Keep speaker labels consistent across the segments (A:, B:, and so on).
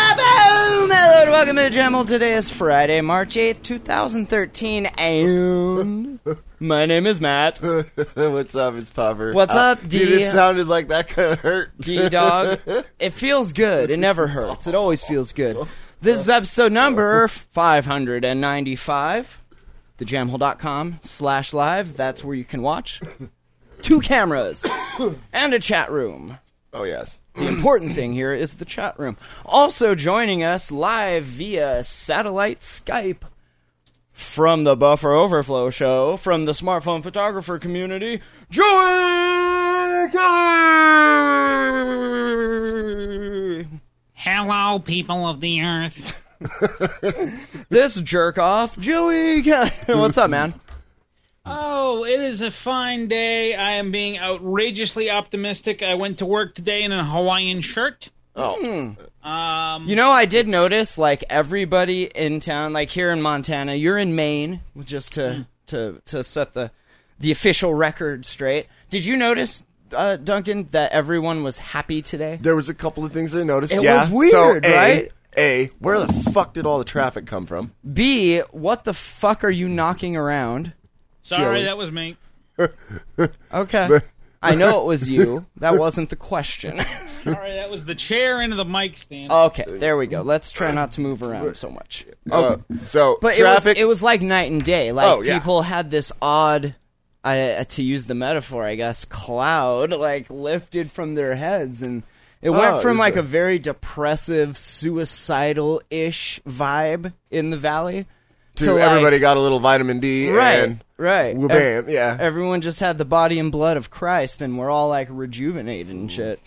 A: Hello, welcome to the Jam Hole. Today is Friday, March 8th, 2013, and my name is Matt.
B: What's up? It's Popper.
A: What's up,
B: Dude,
A: D?
B: it sounded like that kind of hurt.
A: D E Dog. It feels good. It never hurts. It always feels good. This is episode number 595. TheJamHole.com slash live. That's where you can watch. Two cameras and a chat room.
B: Oh yes.
A: The important thing here is the chat room. Also joining us live via satellite Skype from the Buffer Overflow show from the smartphone photographer community, Joey Kelly.
C: Hello, people of the earth.
A: This jerk off, Joey Kelly. What's up, man?
C: Oh, it is a fine day. I am being outrageously optimistic. I went to work today in a Hawaiian shirt.
A: You know, I did notice like everybody in town, like here in Montana, you're in Maine, just to to to set the the official record straight. Did you notice, uh, Duncan, that everyone was happy today?
B: There was a couple of things I noticed.
A: It
B: yeah.
A: was
B: So,
A: weird,
B: A,
A: right?
B: A, where the fuck did all the traffic come from?
A: B, what the fuck are you knocking around?
C: Sorry,
B: Joey.
C: that was me.
A: Okay. I know it was you. That wasn't the question.
C: Sorry, that was the chair into the mic stand.
A: okay, there we go. Let's try not to move around so much.
B: Uh, so
A: Oh. But
B: traffic.
A: it was it was like night and day. Like
B: Oh, yeah.
A: people had this odd, uh, to use the metaphor, I guess, cloud like lifted from their heads, and it went
B: Oh,
A: from
B: is
A: like
B: it?
A: a very depressive, suicidal ish vibe in the valley
B: to
A: like-
B: everybody got a little vitamin D.
A: right,
B: And,
A: right,
B: Well,
A: Ev-
B: bam, yeah.
A: Everyone just had the body and blood of Christ, and we're all like rejuvenated
B: Mm.
A: and shit.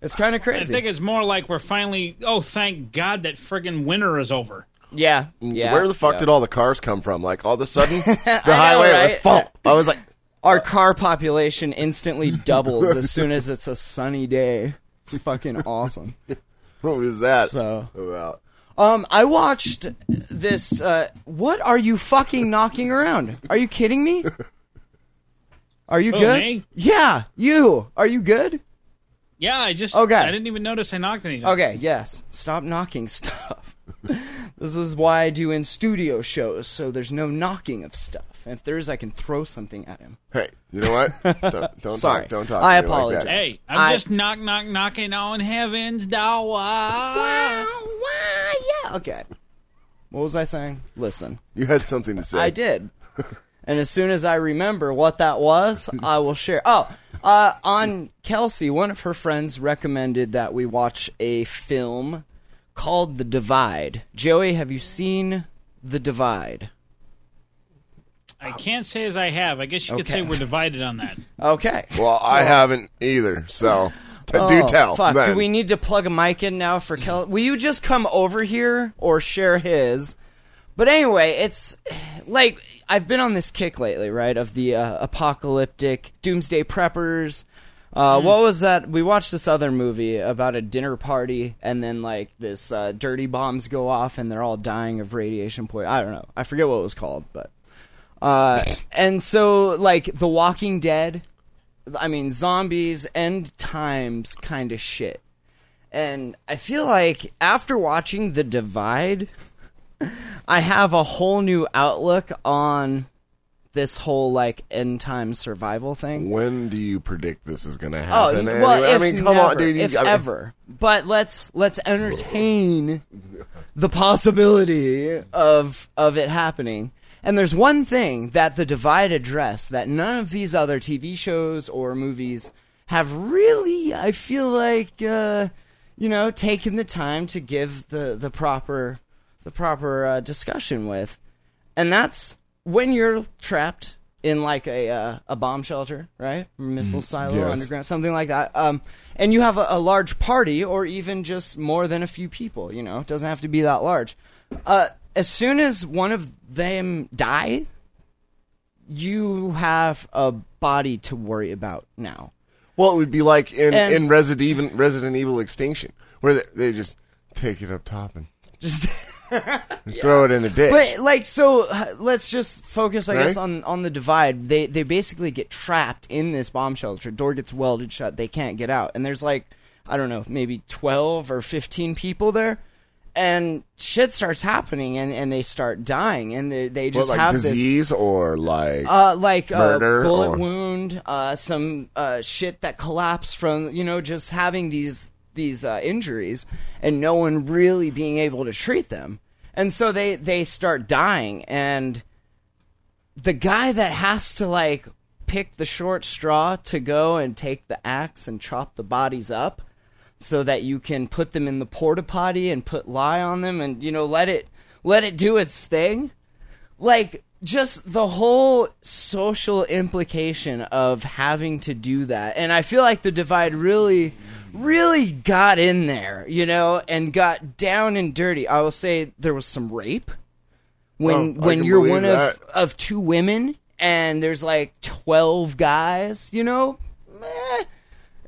A: It's kind of
C: I
A: crazy.
C: think it's more like we're finally. Oh, thank God that friggin' winter is over.
A: yeah, yeah.
B: Where the fuck
A: yeah.
B: did all the cars come from? Like all of a sudden, the
A: know,
B: highway was
A: right?
B: full. I was like,
A: our car population instantly doubles as soon as it's a sunny day. It's fucking awesome.
B: what was that
A: So-
B: about?
A: Um, I watched this. Uh, what are you fucking knocking around? Are you kidding me? Are you
C: Who,
A: good?
C: Oh, me?
A: Yeah, you. Are you good?
C: Yeah, I just.
A: Okay.
C: I didn't even notice I knocked anything.
A: Okay, yes. Stop knocking stuff. this is why I do in studio shows, so there's no knocking of stuff. If there is, I can throw something at him.
B: Hey, you know what? Don't, don't
A: Sorry.
B: talk. Don't talk.
A: I
B: to me like that.
A: apologize.
C: Hey, I'm
A: I-
C: just knock, knock, knocking on heaven's door.
A: Oh, yeah. Okay. What was I saying? Listen,
B: You had something to say.
A: I did. And as soon as I remember what that was, I will share. Oh, uh, on Kelsey, one of her friends recommended that we watch a film called The Divide. Joey, have you seen The Divide?
C: I can't say as I have. I guess you could
A: Okay.
C: say we're divided on that.
A: Okay.
B: Well, I haven't either. So t- do
A: Oh,
B: tell.
A: Fuck. Do
B: then.
A: we need to plug a mic in now for Kel? Will you just come over here or share his? But anyway, it's like I've been on this kick lately, right? Of the uh, apocalyptic doomsday preppers.
B: Hmm.
A: Uh, What was that? We watched this other movie about a dinner party, and then like this uh, dirty bombs go off, and they're all dying of radiation poison. I don't know. I forget what it was called, but uh, and so like The Walking Dead I mean, zombies, end times kind of shit. And I feel like after watching The Divide, I have a whole new outlook on this whole like end time survival thing.
B: When do you predict this is going to
A: Oh,
B: happen?
A: well,
B: anyway?
A: if
B: I mean, come
A: never,
B: on, dude. you-
A: if
B: I mean-
A: ever. But let's let's entertain the possibility of of it happening. And there's one thing that the divide addressed that none of these other TV shows or movies have really. I feel like uh, you know taken the time to give the the proper the proper uh, discussion with, and that's when you're trapped in like a uh, a bomb shelter, right? Missile silo
B: yes.
A: underground, something like that. Um, and you have a, a large party, or even just more than a few people. You know, it doesn't have to be that large. Uh, as soon as one of them die, you have a body to worry about now.
B: Well, it would be like in,
A: And-
B: in Resident Evil, Resident Evil Extinction, where they, they just take it up top and
A: Just.
B: throw it in the ditch.
A: But like, so uh, let's just focus, I guess,
B: Right?
A: on on the divide. They they basically get trapped in this bomb shelter. Door gets welded shut. They can't get out. And there's like, I don't know, maybe twelve or fifteen people there. And shit starts happening, and, and they start dying, and they, they
B: What,
A: just
B: like
A: have this
B: disease or like
A: uh, like uh,
B: Murder
A: bullet
B: or-
A: wound, uh, some uh, shit that collapsed from you know just having these these uh, injuries and no one really being able to treat them, and so they they start dying, and the guy that has to like pick the short straw to go and take the axe and chop the bodies up so that you can put them in the porta potty and put lye on them and you know let it let it do its thing like just the whole social implication of having to do that and i feel like the divide really really got in there you know and got down and dirty i will say there was some rape when
B: Oh, I
A: when
B: can
A: you're
B: believe
A: one
B: that.
A: of of two women and there's like 12 guys you know meh.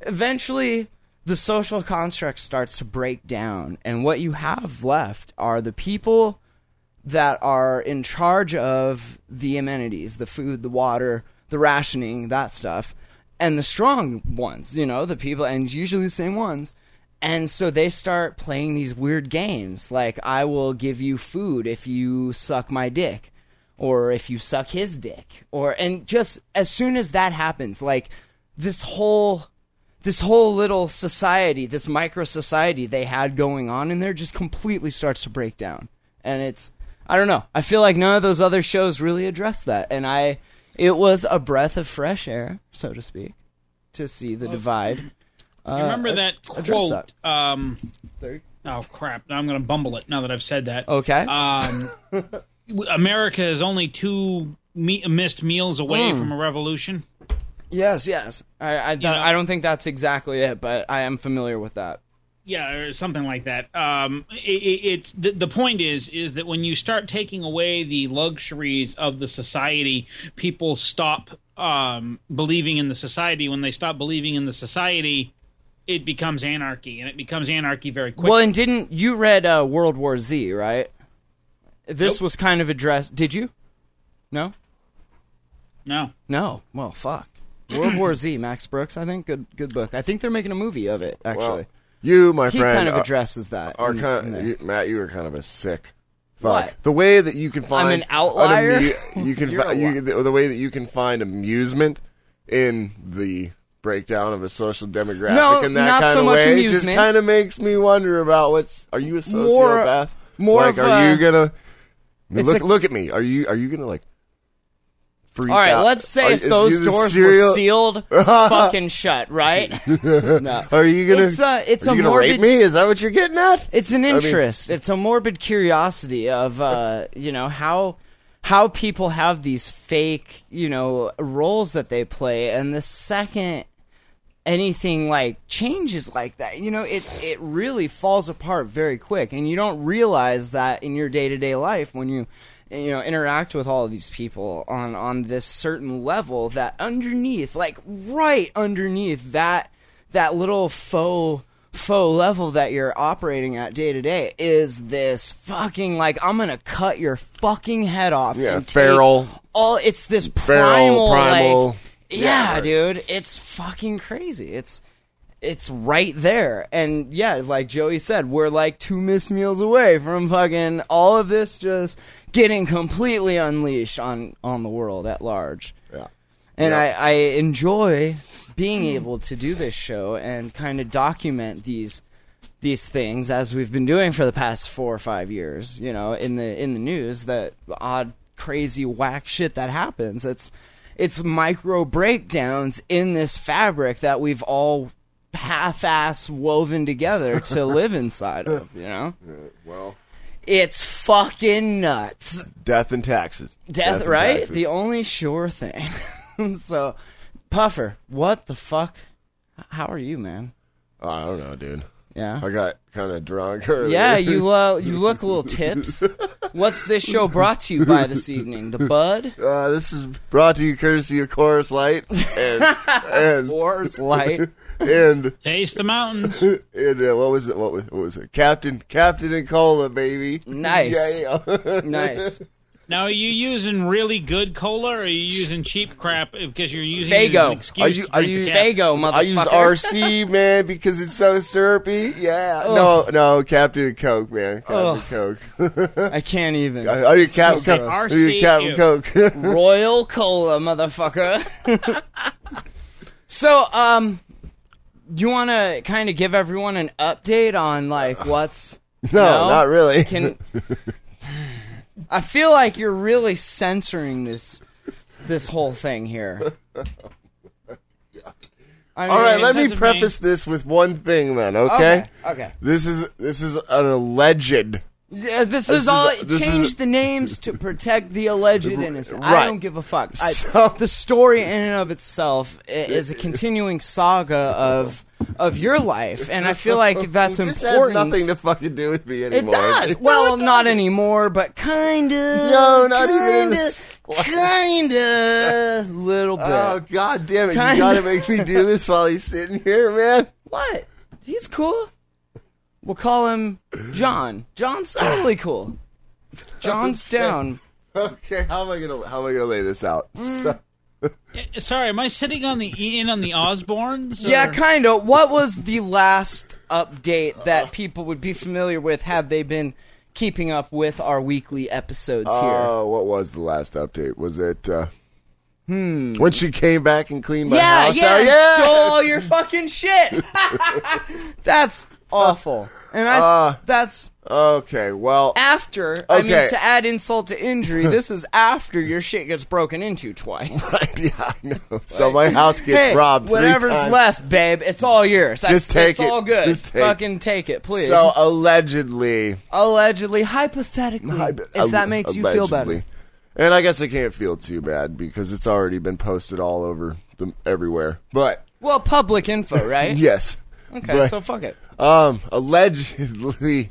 A: eventually the social construct starts to break down and what you have left are the people that are in charge of the amenities, the food, the water, the rationing, that stuff, and the strong ones, you know, the people, and usually the same ones. And so they start playing these weird games, like I will give you food if you suck my dick, or if you suck his dick, or and just as soon as that happens, like this whole this whole little society, this micro society they had going on in there just completely starts to break down. And it's I don't know. I feel like none of those other shows really addressed that. And I it was a breath of fresh air, so to speak, to see the divide.
C: You remember that
A: Uh, address
C: quote? Um, oh crap! Now I'm going to bumble it. Now that I've said that.
A: Okay.
C: Um, w- America is only two me- missed meals
A: Hmm.
C: away from a revolution.
A: yes, yes. I I, don't- I don't think that's exactly it, but I am familiar with that.
C: yeah or something like that um it, it, it's the, the point is is that when you start taking away the luxuries of the society people stop um believing in the society when they stop believing in the society it becomes anarchy and it becomes anarchy very quickly
A: Well, and didn't you read uh, World War Z, right? This was kind of addressed. Did you? No.
C: no
A: No. Well, fuck. World War Z, Max Brooks, I think. Good good book. I think they're making a movie of it,
B: Well,
A: actually.
B: you, my
A: he
B: friend, uh,
A: kind of
B: are-
A: addresses that.
B: are
A: in-
B: kind
A: in there.
B: you, Matt, you were kind of a sick. Fuck.
A: What?
B: The way that you can find
A: an outlier?
B: amu- you can
A: You're
B: fi-
A: a
B: you,
A: lot.
B: the, the way that you can find amusement in the breakdown of a social demographic
A: No,
B: in that
A: not
B: kind
A: so
B: of
A: much
B: way just
A: amusement.
B: kind of makes me wonder about what's. Are you a
A: More-
B: sociopath?
A: more
B: like,
A: of
B: are
A: a-
B: you gonna look
A: a-
B: look at me? Are you are you gonna like? Freak
A: All right,
B: out?
A: let's say
B: Are-
A: if
B: is
A: those
B: you the
A: doors
B: serial-
A: were sealed, fucking shut, right? no.
B: Are you gonna?
A: It's a- it's
B: are
A: a
B: you gonna
A: morbid-
B: rape me? Is that what you're getting at?
A: It's an
B: I mean-
A: interest. it's a morbid curiosity of uh, you know how how people have these fake you know roles that they play, and the second anything like changes like that, you know, it it really falls apart very quick, and you don't realize that in your day to day life when you you know interact with all of these people on on this certain level that underneath, like right underneath that that little faux faux level that you're operating at day to day is this fucking like I'm gonna cut your fucking head off.
B: Yeah,
A: and take
B: feral.
A: All it's this
B: Feral,
A: primal,
B: primal.
A: like- yeah,
B: Yeah.
A: dude, it's fucking crazy. It's it's right there, and yeah, like Joey said, we're like two missed meals away from fucking all of this just getting completely unleashed on on the world at large.
B: Yeah.
A: And
B: Yeah.
A: I, I enjoy being able to do this show and kind of document these these things as we've been doing for the past four or five years, you know, in the in the news, that odd, crazy, whack shit that happens. It's it's micro breakdowns in this fabric that we've all half ass woven together to live inside of, you know?
B: Uh, Well,
A: It's fucking nuts.
B: Death and taxes.
A: Death,
B: and
A: right?
B: taxes.
A: The only sure thing. so, Puffer, what the fuck? H- How are you, man?
B: Oh, I don't know, dude.
A: Yeah.
B: I got kind of drunk earlier.
A: Yeah, you lo- you look a little tips. What's this show brought to you by this evening? The Bud
B: Uh, this is brought to you courtesy of Chorus Light and and
A: or Light?
B: and,
C: Taste the mountains.
B: and uh, what was it? What was, what was it? Captain Captain and Cola, baby.
A: Nice.
B: Yeah, yeah.
A: Nice.
C: Now, are you using really good cola, or are you using cheap crap because you're using it as
A: Fago.
C: an excuse?
B: Are you-
C: to
B: are
C: drink
B: you-
C: the cap?
A: Fago, motherfucker.
B: I use RC man because it's so syrupy. Yeah. No, no, Captain and Coke, man.
A: Ugh.
B: Captain and Coke.
A: I can't even.
B: I, I need Captain
C: So
B: Coke.
C: gross.
B: I need
C: RC,
B: Captain
C: ew.
B: Coke.
A: Royal Cola, motherfucker. so, um, you want to kind of give everyone an update on like what's
B: no, not really.
A: can. I feel like you're really censoring this this whole thing here. I mean,
B: All right, let me
C: doesn't
B: preface this with one thing, then. Okay.
A: Okay. Okay.
B: This is this is an alleged
A: Yeah, this, is all.
B: is- this
A: change
B: is-
A: the names to protect the alleged innocent. I
B: right.
A: don't give a fuck. I,
B: So-
A: the story in and of itself i- is a continuing saga of of your life, and I feel like that's
B: This
A: important.
B: has nothing to fucking do with me
A: it
B: anymore.
A: does. Well, not anymore, but kind of.
B: No, not even in
A: kinda,
B: the
A: Kind of. Little bit.
B: Oh god damn it!
A: Kinda.
B: You gotta make me do this while he's sitting here, man.
A: what? He's cool. We'll call him John. John's totally cool. John's down.
B: Okay, how am I gonna how am I gonna lay this out?
A: Mm,
B: So-
C: Eh, Sorry, am I sitting on the e, in on the Osbournes?
A: Yeah,
C: or-
A: kind of. What was the last update that people would be familiar with had they been keeping up with our weekly episodes here?
B: Oh, what was the last update? Was it uh, hmm when she came back and cleaned my
A: yeah,
B: house
A: yeah,
B: out?
A: I
B: Yeah,
A: stole all your fucking shit. that's awful, and I, that's
B: Okay, well,
A: after. I mean,
B: Uh, Okay.
A: to add insult to injury, this is after your shit gets broken into twice.
B: yeah, I know. So my house gets
A: hey,
B: robbed. three
A: whatever's
B: times.
A: left, babe, it's all yours. That's-
B: Just take
A: it's all
B: it.
A: good.
B: Just take it.
A: Fucking take it, please.
B: So allegedly,
A: allegedly, hypothetically, Mm-hmm. if that makes you feel better.
B: Allegedly. And I guess I can't feel too bad because it's already been posted all over the, everywhere. But
A: Well, public info, right?
B: yes,
A: Okay,
B: But-
A: so fuck it.
B: um, allegedly,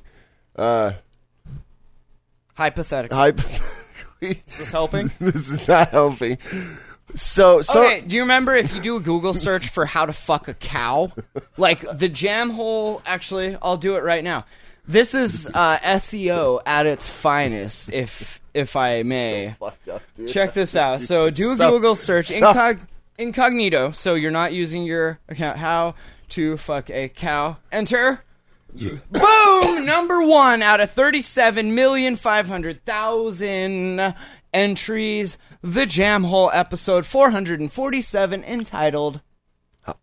A: Hypothetical.
B: hypothetically,
A: Is this helping?
B: this is not helping. So, so
A: okay, do you remember if you do a Google search for how to fuck a cow? Like the jam hole, actually, I'll do it right now. This is uh, SEO at its finest, if if I may. Check this out. So do a
B: So-
A: Google search
B: so-
A: incog- incognito, so you're not using your account. How to fuck a cow? Enter. Boom! Number one out of thirty-seven million five hundred thousand entries. The Jam Hole episode four hundred and forty-seven, entitled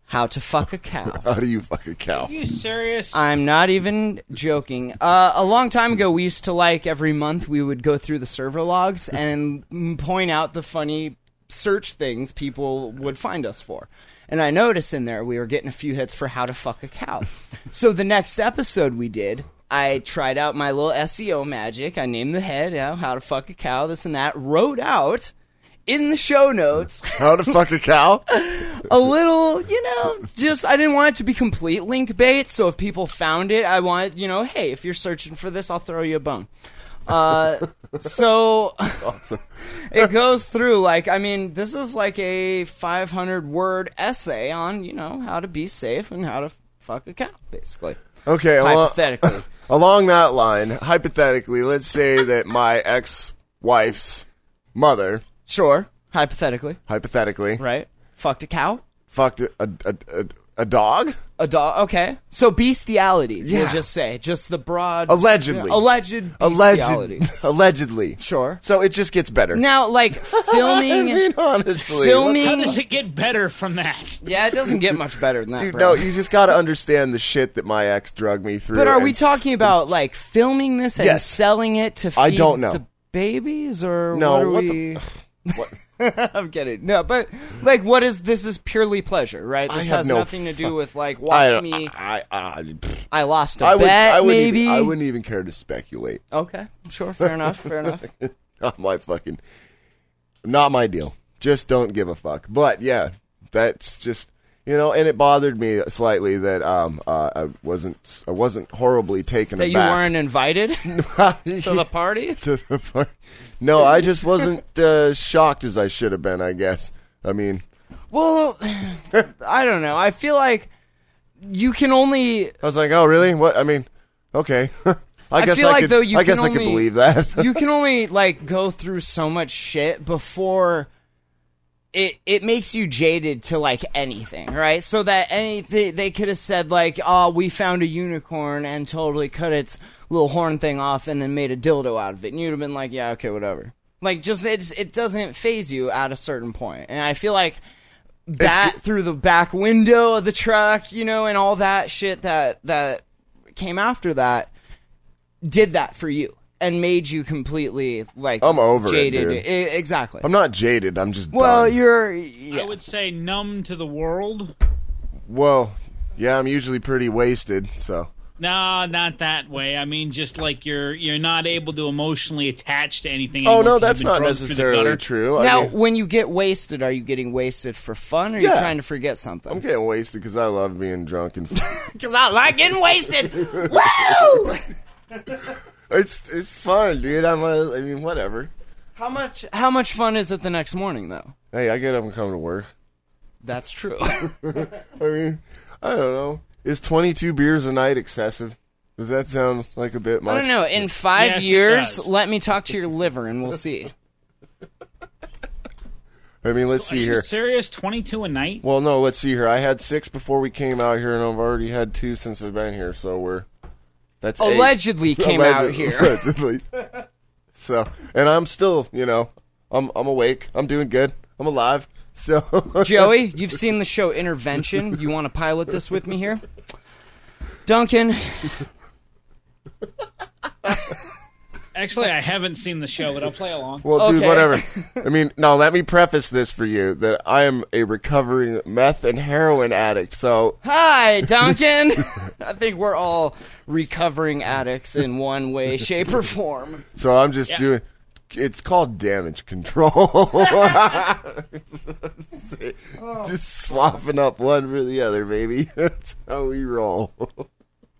A: "How to Fuck a Cow."
B: how do you fuck a cow?
C: Are you serious?
A: I'm not even joking. Uh, a long time ago, we used to like every month we would go through the server logs and mm, point out the funny search things people would find us for. And I noticed in there we were getting a few hits for how to fuck a cow. so the next episode we did, I tried out my little SEO magic. I named the head, you know, how to fuck a cow, this and that. Wrote out in the show notes
B: How to fuck a cow?
A: a little, you know, just I didn't want it to be complete link bait. So if people found it, I want, you know, hey, if you're searching for this, I'll throw you a bone. Uh, so
B: awesome.
A: it goes through like I mean, this is like a 500 word essay on you know how to be safe and how to fuck a cow, basically.
B: Okay, well-
A: Hypothetically,
B: Along that line, hypothetically, let's say that my ex-wife's mother,
A: sure. Hypothetically,
B: hypothetically,
A: right? Fucked a cow,
B: fucked a, a, a, a dog.
A: a dog. Okay, so bestiality. We'll
B: Yeah.
A: just say just the broad
B: Allegedly.
A: alleged bestiality.
B: Allegedly. Allegedly.
A: Sure.
B: So it just gets better.
A: Now, like
B: I
A: filming,
B: mean, honestly.
C: How
A: filming.
C: does it get better from that?
A: Yeah, it doesn't get much better than that,
B: Dude,
A: bro.
B: no, you just got to understand the shit that my ex drug me through.
A: but are
B: and
A: we
B: s-
A: talking about like filming this and
B: Yes.
A: selling it to? Feed
B: I don't know.
A: the babies or
B: No,
A: What are
B: what the
A: we...
B: f-
A: I'm kidding. No, but like, what is this? Is purely pleasure, right?
B: I
A: This
B: have
A: has
B: no
A: nothing to do with like
B: I
A: watch
B: don't-
A: me.
B: I, I, I- pfft.
A: I lost a
B: I would.
A: bet,
B: I wouldn't
A: maybe.
B: Even, I wouldn't even care to speculate.
A: Okay, sure, fair enough, fair enough.
B: Not my fucking. Not my deal. Just don't give a fuck. But yeah, that's just you know, and it bothered me slightly that um uh, I wasn't I wasn't horribly taken
A: That you
B: aback.
A: weren't invited to
B: weren't
A: the party?
B: to the part. No, I just wasn't uh, shocked as I should have been. I guess. I mean,
A: Well, I don't know. I feel like you can only
B: I was like, oh really? What? I mean, okay. I,
A: I
B: guess
A: feel
B: I
A: like,
B: could,
A: though, you
B: I
A: can
B: guess I
A: only-
B: could believe that.
A: you can only like go through so much shit before it it makes you jaded to like anything, right? So that anything they could have said like, "Oh, we found a unicorn and totally cut its little horn thing off and then made a dildo out of it," and you'd have been like, "Yeah, okay, whatever." Like, just it's it doesn't phase you at a certain point, and I feel like that through the back window of the truck, you know, and all that shit that that came after that did that for you and made you completely like
B: I'm over it,
A: jaded.
B: dude.
A: E- exactly.
B: I'm not jaded. I'm just
A: well,
B: done.
A: you're
C: I would say numb to the world.
B: Well, yeah, I'm usually pretty wasted, so
C: No, not that way. I mean, just like you're you're not able to emotionally attach to anything.
B: Oh
C: anymore
B: no,
C: 'cause
B: that's
C: you've been
B: not
C: drugged through the
B: necessarily
C: gutter.
B: true. I
A: now
B: mean,
A: when you get wasted, are you getting wasted for fun or are you
B: Yeah.
A: trying to forget something?
B: I'm getting wasted because I love being drunk, and
A: Cuz I like getting wasted. Woo!
B: it's it's fun, dude. I'm a, I mean, whatever.
A: How much how much fun is it the next morning though?
B: Hey, I get up and come to work.
A: That's true.
B: I mean, I don't know. Is 22 beers a night excessive? Does that sound like a bit
A: I
B: much?
A: don't know. In 5
C: Yes, it
A: years,
C: does.
A: let me talk to your liver and we'll see.
B: I mean, let's
C: Are
B: see
C: you
B: here.
C: serious? Twenty two a night?
B: Well, no, let's see here. I had six before we came out here, and I've already had two since I've been here. So we're that's eight.
A: Allegedly came out
B: Allegedly-
A: here.
B: allegedly. so, and I'm still, you know, I'm I'm awake. I'm doing good. I'm alive. So,
A: Joey, you've seen the show Intervention. You want to pilot this with me here? Duncan,
C: Actually, I haven't seen the show, but I'll play along.
B: well, dude,
A: Okay.
B: whatever. I mean, now let me preface this for you that I am a recovering meth and heroin addict. So,
A: Hi, Duncan. I think we're all recovering addicts in one way, shape, or form.
B: so I'm just
C: Yeah.
B: doing. It's called damage control. Just swapping up one for the other, baby. That's how we roll.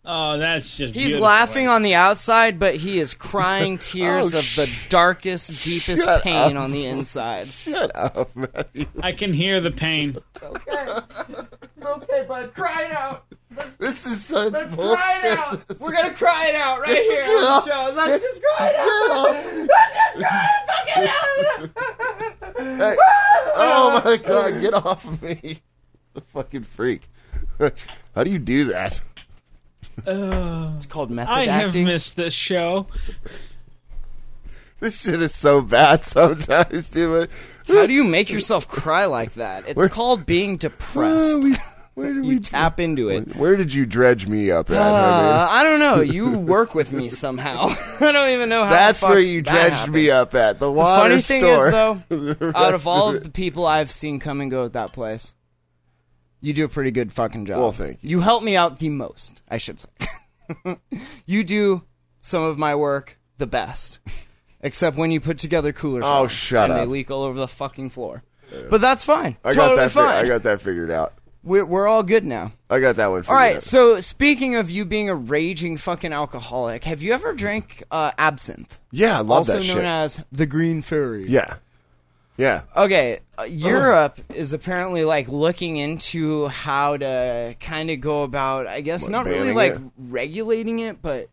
C: Oh, that's just
A: He's
C: beautiful.
A: laughing on the outside, but he is crying tears
B: Oh,
A: of the darkest, deepest
B: shut
A: pain on the inside.
B: Shut up, Matthew.
C: I can hear the pain.
A: okay, bud. Cry it out.
B: This is such
A: Oh,
B: bullshit.
A: We're gonna cry it out right here on the show. Let's just cry it
B: Hey, oh my god, get off of me. The fucking freak. How do you do that?
A: It's called method
C: I have
A: acting.
C: missed this show.
B: This shit is so bad sometimes, dude.
A: How do you make yourself cry like that? It's called being depressed.
B: Oh, Where did
A: You tap into it.
B: Where did you dredge me up at?
A: Uh,
B: I mean,
A: I don't know. You work with me somehow. I don't even know how.
B: that's
A: the fuck
B: where you
A: that
B: dredged
A: happened.
B: me up at. The water
A: Funny thing
B: store.
A: is, though, out of
B: rest
A: all
B: of
A: of the people I've seen come and go at that place, you do a pretty good fucking job.
B: Well, thank you.
A: You help me out the most, I should say. you do some of my work the best, except when you put together coolers.
B: Oh,
A: on
B: shut
A: and
B: up.
A: They leak all over the fucking floor. But that's fine.
B: I got
A: totally
B: that. fi-
A: fine.
B: I got that figured out.
A: we're, we're all good now.
B: I got that one. Figured
A: All right.
B: Out.
A: So speaking of you being a raging fucking alcoholic, have you ever drank uh, absinthe,
B: yeah, I love
A: also
B: that
A: known
B: shit.
A: as the green fairy?
B: yeah, yeah.
A: Okay, uh, Europe is apparently like looking into how to kind of go about. I guess not really
B: banning
A: like
B: it?
A: regulating it, but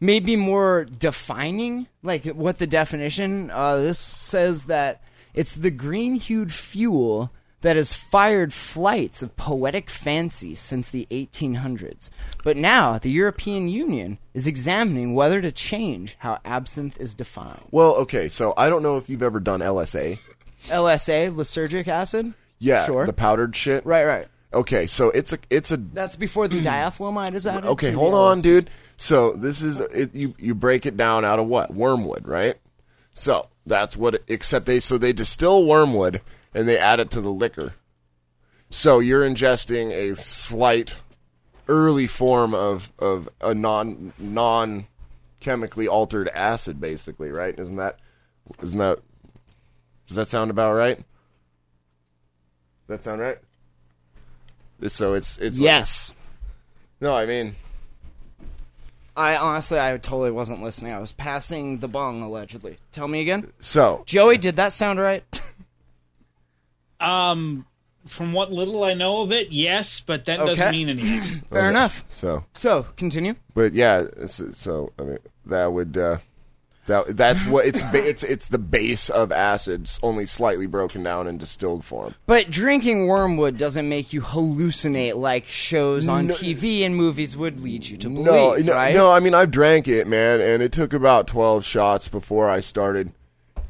A: maybe more defining like what the definition. Uh, this says that it's the green-hued fuel that has fired flights of poetic fancy since the 1800s. But now the European Union is examining whether to change how absinthe is defined.
B: Well, okay. So I don't know if you've ever done LSA.
A: LSA, lysergic acid.
B: Yeah,
A: sure.
B: the powdered shit.
A: Right, right.
B: Okay, so it's a it's a
A: That's before the diethylamide is added.
B: Hmm. Okay,
A: to
B: hold
A: the
B: on,
A: LSD.
B: dude. So this is it, you. You break it down out of what wormwood, right? So that's what. it- Except they so they distill wormwood and they add it to the liquor. So you're ingesting a slight early form of of a non non chemically altered acid, basically, right? Isn't that isn't that does that sound about right? Does that sound right? So it's it's like-
A: Yes.
B: no, I mean
A: I honestly, I totally wasn't listening. I was passing the bong allegedly. Tell me again.
B: so
A: Joey, did that sound right?
C: Um, from what little I know of it, yes, but that
A: Okay.
C: doesn't mean anything.
A: Fair enough.
B: so
A: So, continue.
B: but yeah, it's, so I mean that would uh, that that's what it's ba- it's it's the base of acids, only slightly broken down in distilled form.
A: But drinking wormwood doesn't make you hallucinate like shows on TV and movies would lead you to believe,
B: No, no,
A: right?
B: no. I mean, I've drank it, man, and it took about twelve shots before I started.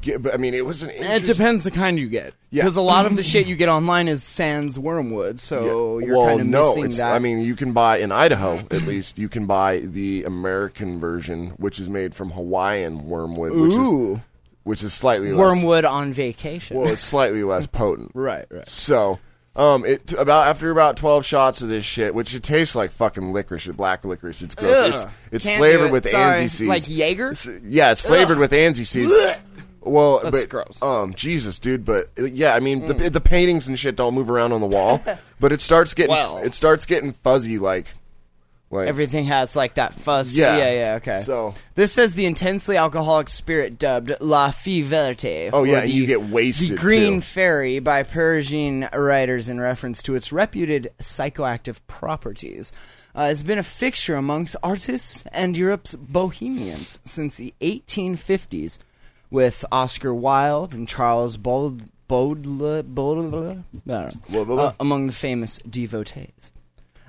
B: Get, but I mean, it was an.
A: It
B: Interest-
A: depends the kind you get.
B: Yeah.
A: Because a lot of the shit you get online is sans wormwood, so Oh, you're
B: well,
A: kind of
B: no,
A: missing
B: it's,
A: that.
B: I mean, you can buy in Idaho at least. You can buy the American version, which is made from Hawaiian wormwood, which is
A: Ooh.
B: which is slightly Less,
A: wormwood on vacation.
B: well, it's slightly less potent.
A: right, right.
B: So, um, it t- about after about twelve shots of this shit, which it tastes like fucking licorice, black licorice. It's gross. It's it's
A: Can't
B: flavored
A: do it.
B: with
A: Sorry.
B: anzi seeds,
A: Like Jaeger?
B: It's- yeah, it's flavored with anzi seeds. Well,
A: That's
B: but,
A: gross. Mm.
B: Um, Jesus, dude, but uh, yeah, I mean the the paintings and shit don't move around on the wall, but it starts getting
A: Well.
B: it starts getting fuzzy like like
A: Everything has like that fuzz.
B: Yeah.
A: yeah, yeah. Okay.
B: So-
A: this says the intensely alcoholic spirit dubbed La Fille Verte.
B: Oh,
A: or
B: yeah, and
A: the-
B: you get wasted,
A: The Green
B: too.
A: Fairy by Persian writers in reference to its reputed psychoactive properties. Uh, has been a fixture amongst artists and Europe's bohemians since the 1850s, with Oscar Wilde and Charles Baud- Baudelaire, Baudelaire, I don't know,
B: Blah, blah, blah.
A: uh, among the famous devotees.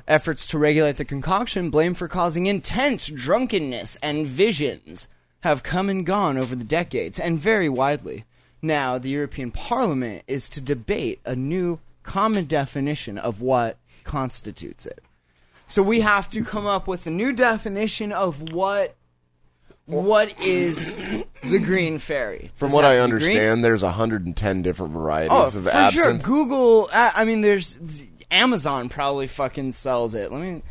A: Efforts to regulate the concoction, blamed for causing intense drunkenness and visions, have come and gone over the decades and vary widely. Now, the European Parliament is to debate a new common definition of what constitutes it. So we have to come up with a new definition of what what is the green fairy.
B: from
A: Does it
B: what
A: have
B: I
A: to be green?
B: understand, there's 110 different varieties
A: Oh,
B: of
A: for sure.
B: absinthe.
A: Google. uh, I, I mean, there's Amazon probably fucking sells it. Let me.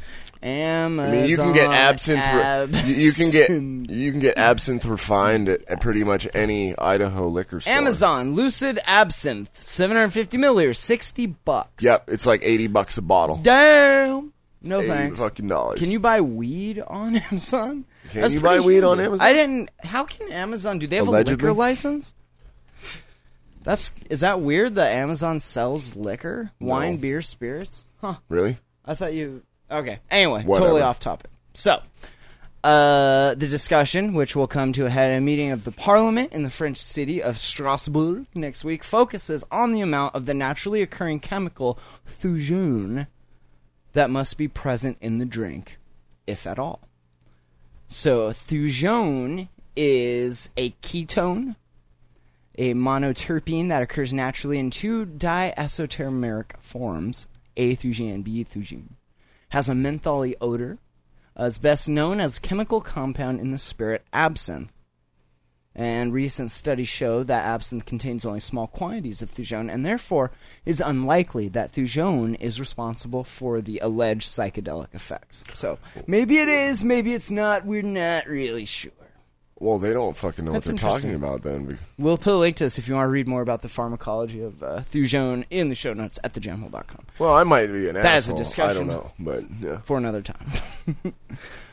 B: I
A: Amazon.
B: mean, you can get absinthe. re- you- you can
A: absinthe.
B: get you can get absinthe refined at, at pretty much any Idaho liquor store.
A: Amazon Lucid Absinthe, 750 milliliters, 60 bucks.
B: Yep, it's like 80 bucks a bottle.
A: Damn. No
B: 80
A: thanks.
B: fucking dollars.
A: Can you buy weed on Amazon?
B: Can
A: That's
B: you buy
A: pretty
B: weed on
A: handy.
B: Amazon?
A: I didn't. How can Amazon? Do they have
B: Allegedly.
A: a liquor license? That's is that weird that Amazon sells liquor, wine, beer, spirits? Huh.
B: really?
A: I thought you. Okay. Anyway,
B: Whatever.
A: totally off topic. So, uh, the discussion, which will come to a head at a meeting of the parliament in the French city of Strasbourg next week, focuses on the amount of the naturally occurring chemical thujone that must be present in the drink, if at all. So, thujone is a ketone, a monoterpene that occurs naturally in two diacetameric forms, A thujine and B thujine. Has a mentholy odor. Uh, is best known as chemical compound in the spirit absinthe. And recent studies show that absinthe contains only small quantities of thujone, and therefore is unlikely that thujone is responsible for the alleged psychedelic effects. So maybe it is, maybe it's not. We're not really sure.
B: Well, they don't fucking know
A: That's
B: what they're talking
A: interesting.
B: about then. be-
A: We'll put a link to this if you want to read more about the pharmacology of uh, thujone in the show notes at thejamhole.com
B: Well, I might be an
A: That is a
B: asshole. I
A: discussion.
B: don't know, but yeah.
A: for another time.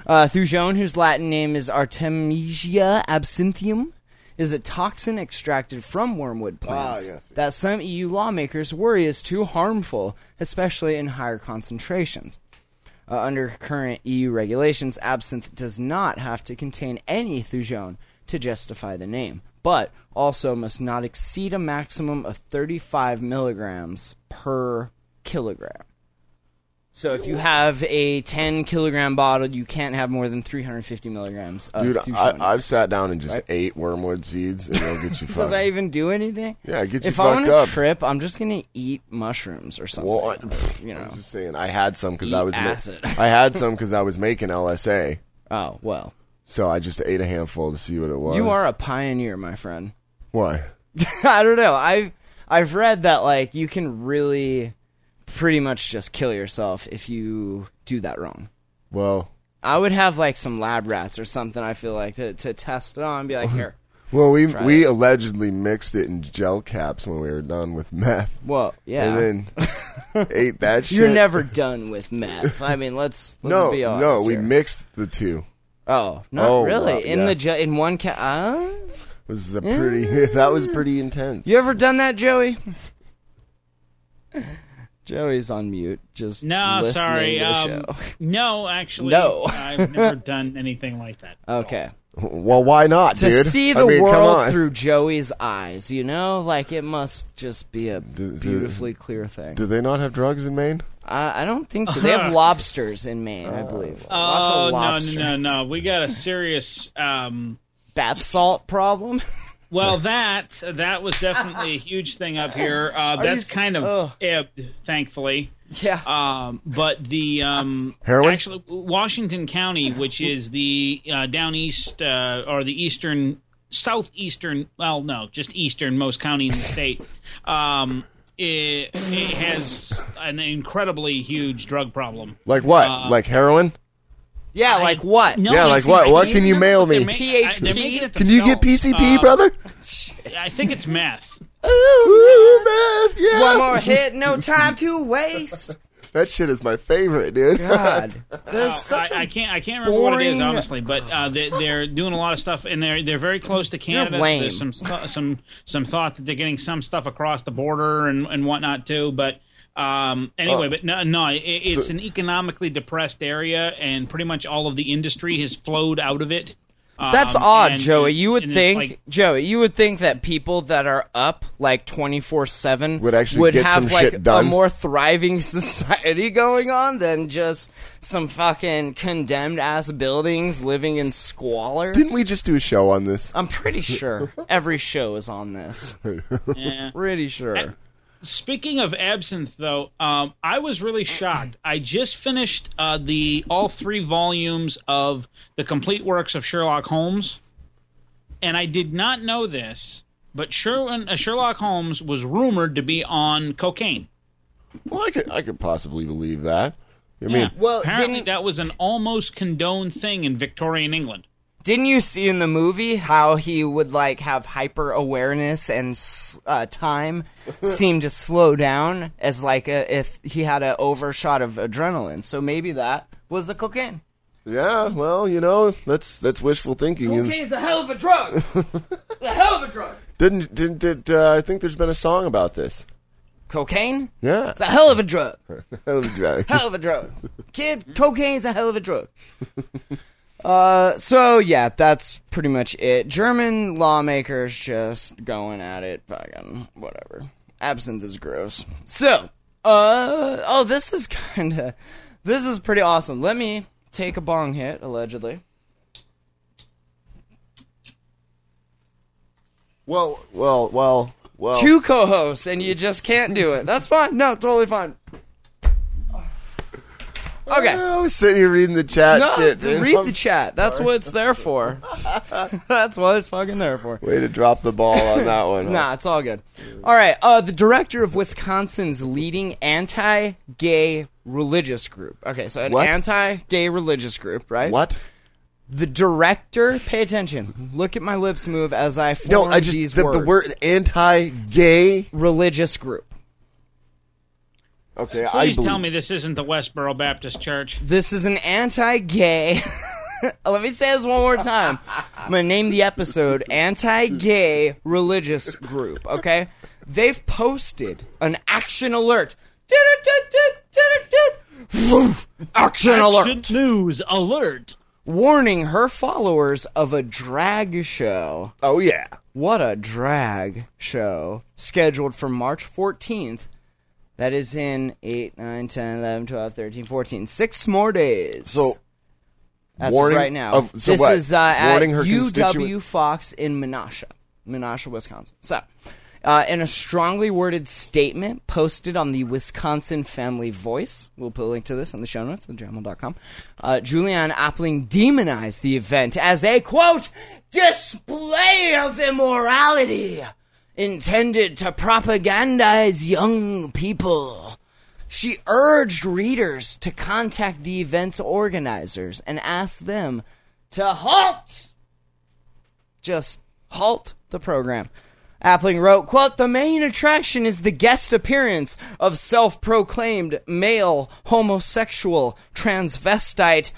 A: uh, thujone, whose Latin name is Artemisia absinthium, is a toxin extracted from wormwood plants
B: Ah, yes, yes.
A: that some EU lawmakers worry is too harmful, especially in higher concentrations. Uh, under current EU regulations, absinthe does not have to contain any thujone to justify the name, but also must not exceed a maximum of 35 milligrams per kilogram. So if you have a 10 kilogram bottle, you can't have more than 350 milligrams of
B: Dude,
A: thujone.
B: I, I've sat down and just ate wormwood seeds, and they'll get you
A: Does
B: fucked.
A: that even do anything?
B: Yeah, it gets you
A: if I want
B: fucked up.
A: to trip, I'm just gonna eat mushrooms or something.
B: well, I, pff,
A: you know.
B: I'm just saying, I had some because I
A: Eat
B: was ma-
A: acid.
B: I had some 'cause I was making LSA,
A: Oh well,
B: so I just ate a handful to see what it was.
A: you are a pioneer, my friend.
B: why?
A: I don't know. I've I've read that like you can really pretty much just kill yourself if you do that wrong.
B: Well,
A: I would have like some lab rats or something. I feel like to, to test it on and be like, here,
B: well, we
A: Try
B: we
A: this.
B: allegedly mixed it in gel caps when we were done with meth.
A: well, yeah.
B: and then ate that shit.
A: You're never done with meth. I mean, let's, let's
B: no
A: be honest.
B: no. We
A: here.
B: mixed the two.
A: Oh, not
B: Oh,
A: really.
B: wow,
A: in
B: yeah.
A: the ju- in one ca- uh?
B: It was a pretty. that was pretty intense.
A: You ever done that, Joey? Joey's on mute. Just
C: No,
A: listening
C: sorry.
A: To the
C: Um,
A: show.
C: no, actually,
A: No.
C: I've never done anything like that.
A: Okay.
B: Well, why not,
A: To
B: dude?
A: see
B: I
A: the
B: mean, come
A: world
B: on.
A: through Joey's eyes, you know, like it must just be a
B: the-
A: beautifully clear thing.
B: Do they not have drugs in Maine?
A: I, I don't think so. They have lobsters in Maine, I believe. Lots
C: Oh
A: of
C: no,
A: lobsters.
C: no, no, no! We got a serious. Um,
A: Bath salt problem.
C: well, that that was definitely a huge thing up here. Uh,
A: you
C: that's
A: s- oh.
C: kind
A: ugh.
C: of ebbed, thankfully.
A: yeah.
C: Um, but the um,
B: Heroin?
C: actually Washington County, which is the uh, down east uh, or the eastern, southeastern, well, no, just easternmost county in the state, um, it, it has an incredibly huge drug problem.
B: Like what? like heroin?
A: yeah. Like what?
C: No,
B: Yeah,
C: I
B: like
C: think-
B: what-
C: I
B: what
C: can't
B: can you
C: remember
B: mail
C: what they're
B: me?
C: ma- I-
A: PHP?
C: they're making it
B: Can you get
C: themselves.
B: PCP,
C: Uh,
B: brother?
C: I think it's meth.
B: Ooh, meth, yeah.
A: Oh, One more hit. No time to waste.
B: That shit is my favorite, dude.
A: God, there's
C: Oh, I,
A: such a
C: I can't. I can't remember what it is
A: boring-
C: honestly, but uh, they, they're doing a lot of stuff, and they're they're very close to Canada. so
A: lame.
C: there's some stu- some some thought that they're getting some stuff across the border and and whatnot too. But um,
A: Uh,
C: anyway, but no, no, it, it's an economically depressed area, and pretty much all of the industry has flowed out of it. Um,
A: That's odd,
C: and-
A: Joey. You would
C: and it's
A: think,
C: like-
A: Joey, you would think that people that are up like twenty four seven
B: Would actually get
A: have
B: some
A: like
B: shit done.
A: a more thriving society going on than just some fucking condemned ass buildings living in squalor.
B: Didn't we just do a show on this?
A: I'm pretty sure every show is on this.
C: yeah.
A: Pretty sure.
C: Speaking of absinthe, though, um, I was really shocked. I just finished uh, the all three volumes of the complete works of Sherlock Holmes, and I did not know this, but Sherwin, uh, Sherlock Holmes was rumored to be on cocaine.
B: Well, I could, I could possibly believe that. I mean,
A: Well,
C: apparently
A: didn't-
C: that was an almost condoned thing in Victorian England.
A: Didn't you see in the movie how he would like have hyper awareness and s- uh, time seemed to slow down as like a, if he had an overshot of adrenaline? So maybe that was the cocaine.
B: yeah, well, you know, that's that's wishful thinking. And
A: Cocaine's a hell of a drug. the hell of a drug.
B: Didn't didn't did, uh, I think there's been a song about this?
A: Cocaine?
B: Yeah.
A: It's a hell of a drug.
B: Well,
A: Hell of a drug. Kid, cocaine's a hell of a drug. Uh, so yeah, that's pretty much it. German lawmakers just going at it, fucking whatever. Absinthe is gross. So, uh, oh, this is kind of, this is pretty awesome. Let me take a bong hit, allegedly.
B: well, well, well.
A: Two co-hosts, and you just can't do it. That's fine. No, totally fine. Okay.
B: I was sitting here reading the chat
A: No,
B: shit, dude.
A: read
B: I'm-
A: the chat. That's what it's there for. That's what it's fucking there for.
B: Way to drop the ball on that one. huh?
A: Nah, it's all good. All right. Uh, the director of Wisconsin's leading anti-gay religious group. Okay, so an
B: What?
A: anti-gay religious group, right?
B: What?
A: The director. Pay attention. Look at my lips move as I
B: No,
A: form
B: I just
A: these
B: the,
A: words.
B: the word anti-gay.
A: religious group.
B: Okay, I
C: Please
B: believe.
C: tell me this isn't the Westboro Baptist Church.
A: This is an anti-gay. Let me say this one more time. I'm gonna name the episode "Anti-Gay Religious Group." Okay, they've posted an action alert. Action alert!
C: News alert.
A: Warning her followers of a drag show.
B: Oh yeah.
A: What a drag show scheduled for March 14th. That is in 8, 9, 10, 11, 12, 13, 14. Six more days.
B: So
A: That's
B: Warning
A: right now.
B: of- so
A: this
B: what?
A: is uh, at
B: Warning her
A: UW
B: constituent-
A: Fox in Menasha, Menasha, Wisconsin. So, uh, in a strongly worded statement posted on the Wisconsin Family Voice, we'll put a link to this in the show notes, thejamal.com, uh, Julianne Appling demonized the event as a, quote, display of immorality intended to propagandize young people She urged readers to contact the event's organizers and ask them to halt just halt the program. Appling wrote, quote, the main attraction is the guest appearance of self-proclaimed male homosexual transvestite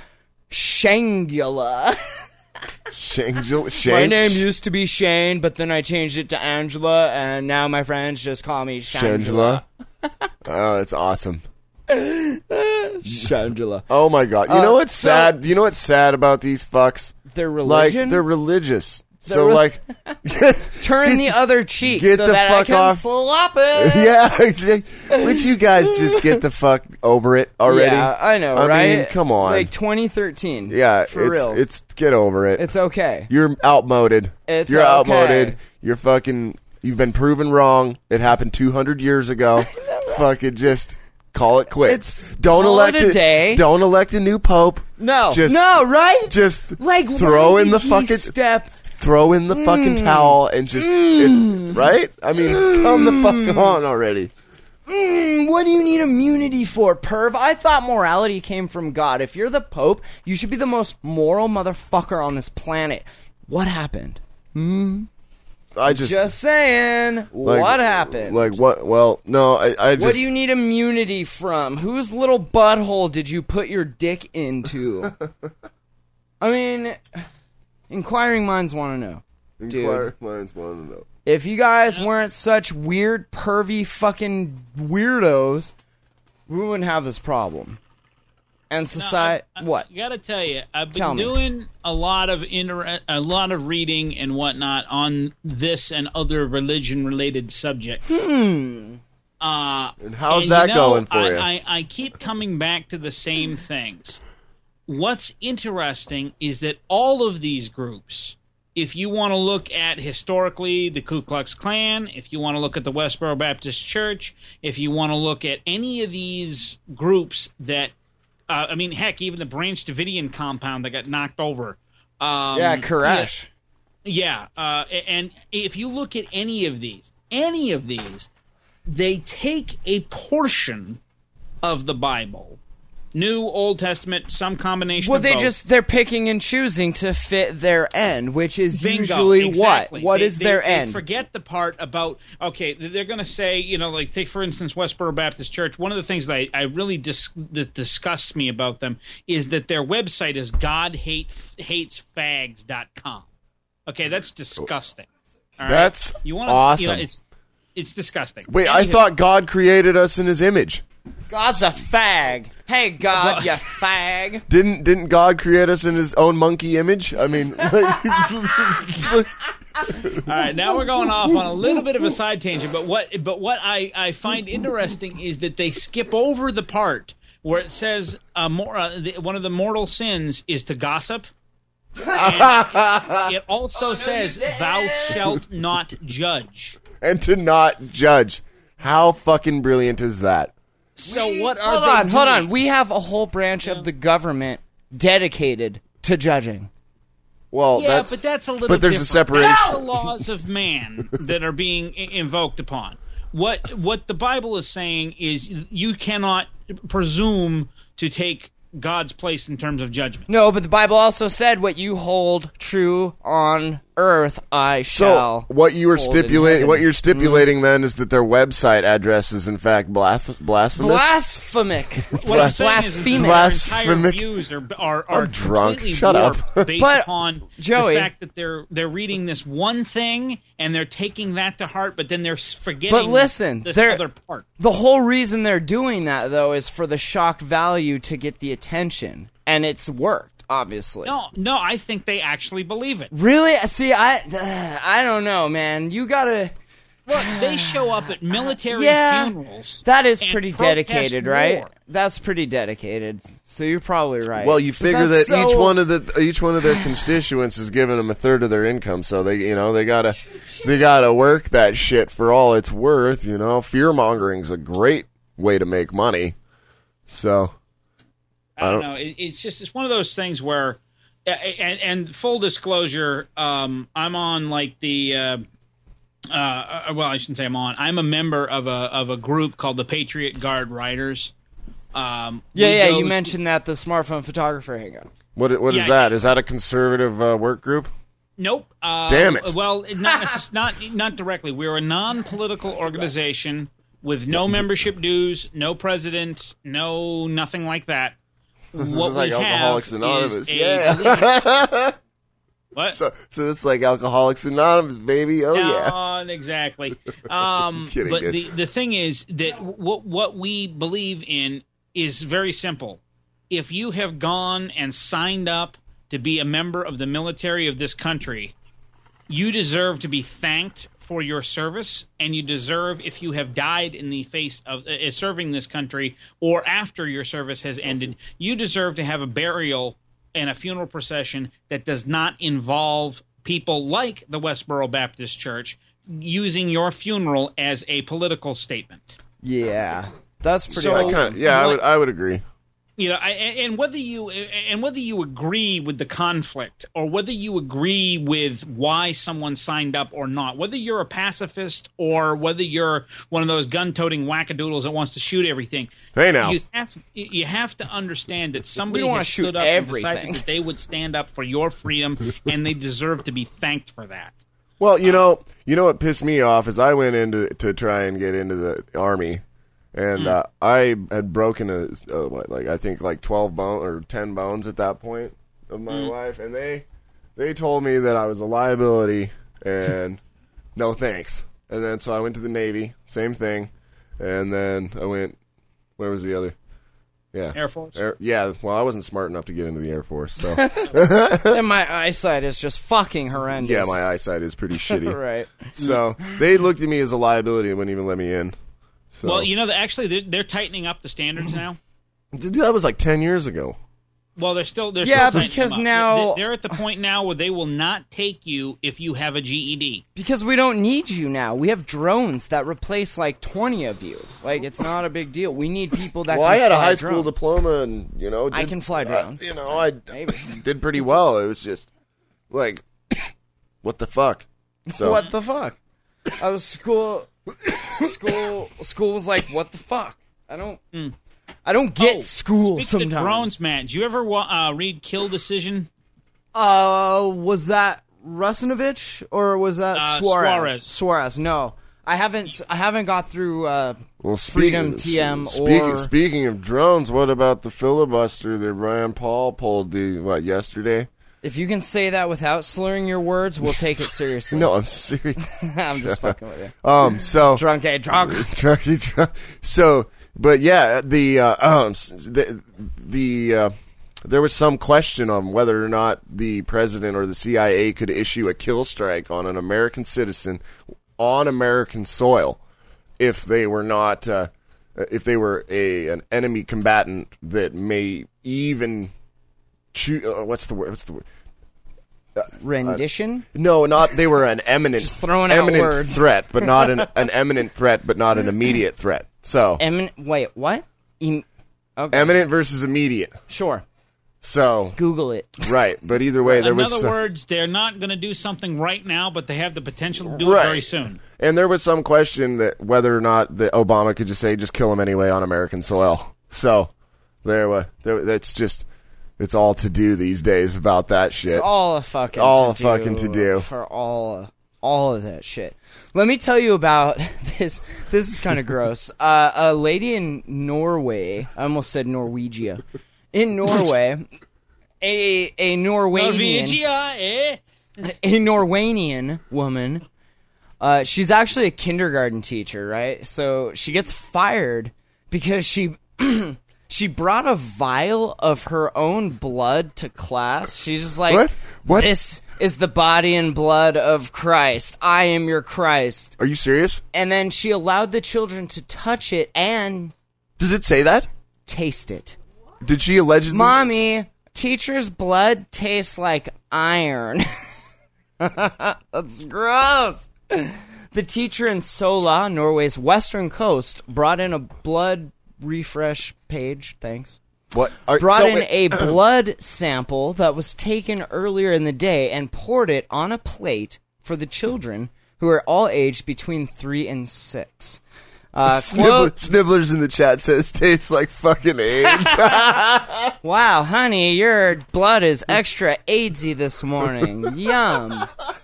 A: Shangula.
B: Shangela.
A: My name used to be Shane, but then I changed it to Angela, and now my friends just call me Shangela.
B: Shangela. oh, that's awesome.
A: Shangela.
B: Oh my god. You know what's
A: Uh, so-
B: sad? You know what's sad about these fucks?
A: Their
B: Like
A: religion.
B: they're religious. so
A: re-
B: like
A: Turn the other cheek
B: Get
A: so
B: the
A: that I
B: fuck
A: can
B: off.
A: slap it.
B: Yeah, exactly. Which you guys just get the fuck over it already.
A: Yeah, I know,
B: I
A: right?
B: mean, come on.
A: Like 2013.
B: yeah,
A: for
B: it's
A: real.
B: it's get over it.
A: It's okay.
B: You're outmoded.
A: It's
B: You're
A: okay.
B: outmoded. You're fucking. You've been proven wrong. It happened 200 years ago. fucking just call it quits.
A: It's-
B: don't
A: call
B: elect
A: it a day.
B: Don't elect a new pope.
A: No,
B: Just
A: no, right?
B: Just
A: like
B: throw
A: why
B: in
A: did
B: the
A: he
B: fucking
A: step.
B: throw in the fucking
A: Mm.
B: towel and just it- right. I mean, come the fuck on already.
A: Mm, what do you need immunity for, perv? I thought morality came from God. If you're the Pope, you should be the most moral motherfucker on this planet. What happened?
B: I just
A: Just saying.
B: like,
A: what happened?
B: Like what? Well, no. I, I just
A: what do you need immunity from? Whose little butthole did you put your dick into? I mean, inquiring minds want to know.
B: inquire minds want to know.
A: If you guys weren't such weird, pervy fucking weirdos, we wouldn't have this problem. And society.
C: I-
A: what?
C: I gotta tell you, I've been
A: Tell me.
C: doing a lot of inter- a lot of reading and whatnot on this and other religion related subjects.
A: Hmm.
C: Uh,
B: And how's
C: and
B: that
C: you know,
B: going for
C: I,
B: you?
C: I, I keep coming back to the same things. What's interesting is that all of these groups, if you want to look at historically the Ku Klux Klan, if you want to look at the Westboro Baptist Church, if you want to look at any of these groups that, uh, I mean, heck, even the Branch Davidian compound that got knocked over. Um,
A: yeah, Koresh.
C: yeah, uh, a- and if you look at any of these, any of these, they take a portion of the Bible, New, Old Testament, some combination.
A: Well,
C: of
A: they
C: both.
A: just they're picking and choosing to fit their end, which is
C: Bingo,
A: usually
C: exactly.
A: what. What
C: They-
A: is
C: they-
A: their
C: they
A: end?
C: Forget the part about okay, th- they're going to say you know like take for instance Westboro Baptist Church. One of the things that I, I really dis- that disgusts me about them is that their website is godhatesfags.com. Okay, that's disgusting. All right?
B: That's
C: you wanna,
B: awesome.
C: You know, it's it's disgusting.
B: Wait, I
C: Anywho,
B: thought God created us in His image.
A: God's a fag. Hey, God, you fag.
B: Didn't didn't God create us in His own monkey image? I mean, like,
C: All right, now we're going off on a little bit of a side tangent, but what but what I, I find interesting is that they skip over the part where it says uh, more, uh, the, one of the mortal sins is to gossip. And it
A: Oh,
C: also says thou shalt not judge.
B: and to not judge. How fucking brilliant is that?
C: So what are
A: Hold
C: they
A: on, hold
C: doing?
A: on. We have a whole branch of the government dedicated to judging.
B: Well,
C: Yeah,
B: that's,
C: but that's a little.
B: but there's a
C: different.
B: separation.
C: That's the laws of man that are being i- invoked upon. What what the Bible is saying is you cannot presume to take God's place in terms of judgment.
A: No, but the Bible also said, "What you hold true on earth, I
B: so
A: shall."
B: what you were
A: hold in
B: stipulating,
A: heaven.
B: what you're stipulating then is that their website address is in fact blas- blasphemous.
A: blasphemic,
C: What I'm saying is
A: blasphemic.
C: Their entire
B: Blasphemic.
C: views are are, are
B: I'm drunk.
C: completely
B: Shut up.
C: warped based
A: But,
C: upon
A: Joey-
C: the fact that they're they're reading this one thing and they're taking that to heart, but then they're s- forgetting.
A: But listen,
C: this
A: they're-
C: other part.
A: The whole reason they're doing that, though, is for the shock value to get the attention, and it's worked, obviously.
C: No, no, I think they actually believe it.
A: Really? See, I, I don't know, man. You gotta.
C: Look, they show up at military
A: Yeah,
C: funerals.
A: That is
C: and
A: pretty
C: protest
A: dedicated, right?
C: war.
A: That's pretty dedicated. So you're probably right.
B: Well, you
A: But
B: figure that
A: that's
B: each
A: so-
B: one of the each one of their constituents is giving them a third of their income, so they you know they gotta they gotta work that shit for all it's worth. You know, fear mongering's a great way to make money. So
C: I don't know. It, it's just it's one of those things where, a- a- and and full disclosure, um, I'm on like the uh, uh, uh, well, I shouldn't say I'm on. I'm a member of a of a group called the Patriot Guard Riders. Um,
A: Yeah,
C: we
A: yeah.
C: go-
A: You mentioned that the smartphone photographer hangout.
B: What what is
C: Yeah,
B: that?
C: yeah.
B: Is that a conservative uh, work group?
C: Nope. Uh,
B: Damn it.
C: Well, not necess- not not directly. We're a non-political organization with no membership dues, no president, no nothing like that. What
B: is like
C: we have
B: Alcoholics
C: is
B: Anonymous.
C: a-
B: Yeah.
C: what?
B: So so it's like Alcoholics Anonymous, baby. Oh yeah.
C: Uh, exactly. Um,
B: Kidding,
C: but
B: dude.
C: the the thing is that what what we believe in is very simple. If you have gone and signed up to be a member of the military of this country, you deserve to be thanked for your service, and you deserve if you have died in the face of uh, serving this country or after your service has ended, you deserve to have a burial and a funeral procession that does not involve people like the Westboro Baptist Church using your funeral as a political statement.
A: Yeah, that's pretty.
C: So-
B: I
A: awesome.
B: kinda, yeah, I
C: What-
B: would I would agree.
C: you know I, and and whether you and whether you agree with the conflict or whether you agree with why someone signed up or not whether you're a pacifist or whether you're one of those gun-toting wackadoodles that wants to shoot everything
B: Hey, now.
C: you have, you have to understand that somebody
A: wanna
C: has
A: shoot
C: stood up and
A: everything.
C: decided that they would stand up for your freedom and they deserve to be thanked for that
B: Well, you know, you know what pissed me off is I went into to try and get into the army,
C: Hmm.
B: and uh, I had broken a uh, what, like I think like twelve bone or ten bones at that point of
C: Hmm.
B: my life, and they they told me that I was a liability and no thanks. And then so I went to the navy, same thing, and then I went. Where was the other? Yeah,
C: Air Force.
B: Air- yeah, well, I wasn't smart enough to get into the Air Force, so
A: and my eyesight is just fucking horrendous.
B: yeah, my eyesight is pretty shitty.
A: right.
B: So they looked at me as a liability and wouldn't even let me in. So
C: well you know that actually they're, they're tightening up the standards now
B: Dude, that was like ten years ago.
C: Well, they're still they're
A: Yeah,
C: still tightening
A: because
C: them up.
A: now-
C: They- they're at the point now where they will not take you if you have a E GED.
A: Because we don't need you now. We have drones that replace like twenty of you. Like it's not a big deal. We need people that.
B: Well,
A: can
B: I had a
A: fly
B: high school
A: drones.
B: diploma, and you know,
A: I
B: did-
A: can fly
B: uh,
A: drones.
B: you know, I
A: Maybe.
B: did pretty well. It was just like, what the fuck? So
A: What the fuck? I was school. School. School was like, what the fuck? I don't. I don't get
C: Oh,
A: school
C: Speaking of
A: sometimes.
C: drones, Matt, do you ever wa- uh, read Kill Decision?
A: Uh, was that Rusinovich or was that
C: Uh,
A: Suarez?
C: Suarez.
A: No, I haven't. I haven't got through. Uh,
B: well,
A: Freedom TM
B: Speaking,
A: or-
B: speaking of drones, what about the filibuster that Ryan Paul pulled the what yesterday?
A: if you can say that without slurring your words, we'll take it seriously.
B: No, I'm serious.
A: I'm just fucking with you.
B: um, so
A: Drunk, eh? Drunk.
B: Turkey drop. E. So, but yeah, the uh, um, s- the, the uh, there was some question on whether or not the president or the CIA could issue a kill strike on an American citizen on American soil if they were not uh, if they were a an enemy combatant that may even choo- uh, what's the word what's the word
A: Rendition.
B: no, not they were an eminent
A: Just throwing out
B: eminent
A: words.
B: threat, but not an an eminent threat, but not an immediate threat. So
A: Emin- wait, what? Em- okay,
B: eminent versus immediate.
A: sure.
B: So
A: Google it.
B: right, but either way, there
C: In
B: was uh,
C: other
B: some-
C: words, they're not going to do something right now, but they have the potential to do
B: Right.
C: it very soon.
B: and there was some question that whether or not that Obama could just say just kill him anyway on American soil. So there, wa- there that's just it's all to do these days about that shit.
A: It's all a fucking
B: All
A: to
B: a fucking to do.
A: for all all of that shit. Let me tell you about this. This is kind of gross. Uh, a lady in Norway. I almost said Norwegia. In Norway, a a Norwegian
C: Norwegia, eh?
A: a Norwegian woman. Uh, she's actually a kindergarten teacher, right? So she gets fired because she she brought a vial of her own blood to class. She's just like,
B: What? What?
A: This is the body and blood of Christ. I am your Christ.
B: Are you serious?
A: And then she allowed the children to touch it and
B: Does it say that?
A: taste it.
B: Did she allegedly?
A: Mommy, teacher's blood tastes like iron. That's gross. The teacher in Sola, Norway's western coast, brought in a blood refresh page. Thanks.
B: What? Are,
A: Brought
B: so
A: in
B: it-
A: a blood sample that was taken earlier in the day and poured it on a plate for the children who are all aged between three and six. Uh,
B: Snibbler,
A: quote,
B: Snibblers in the chat says tastes like fucking AIDS.
A: Wow, honey, your blood is extra AIDSy this morning. Yum.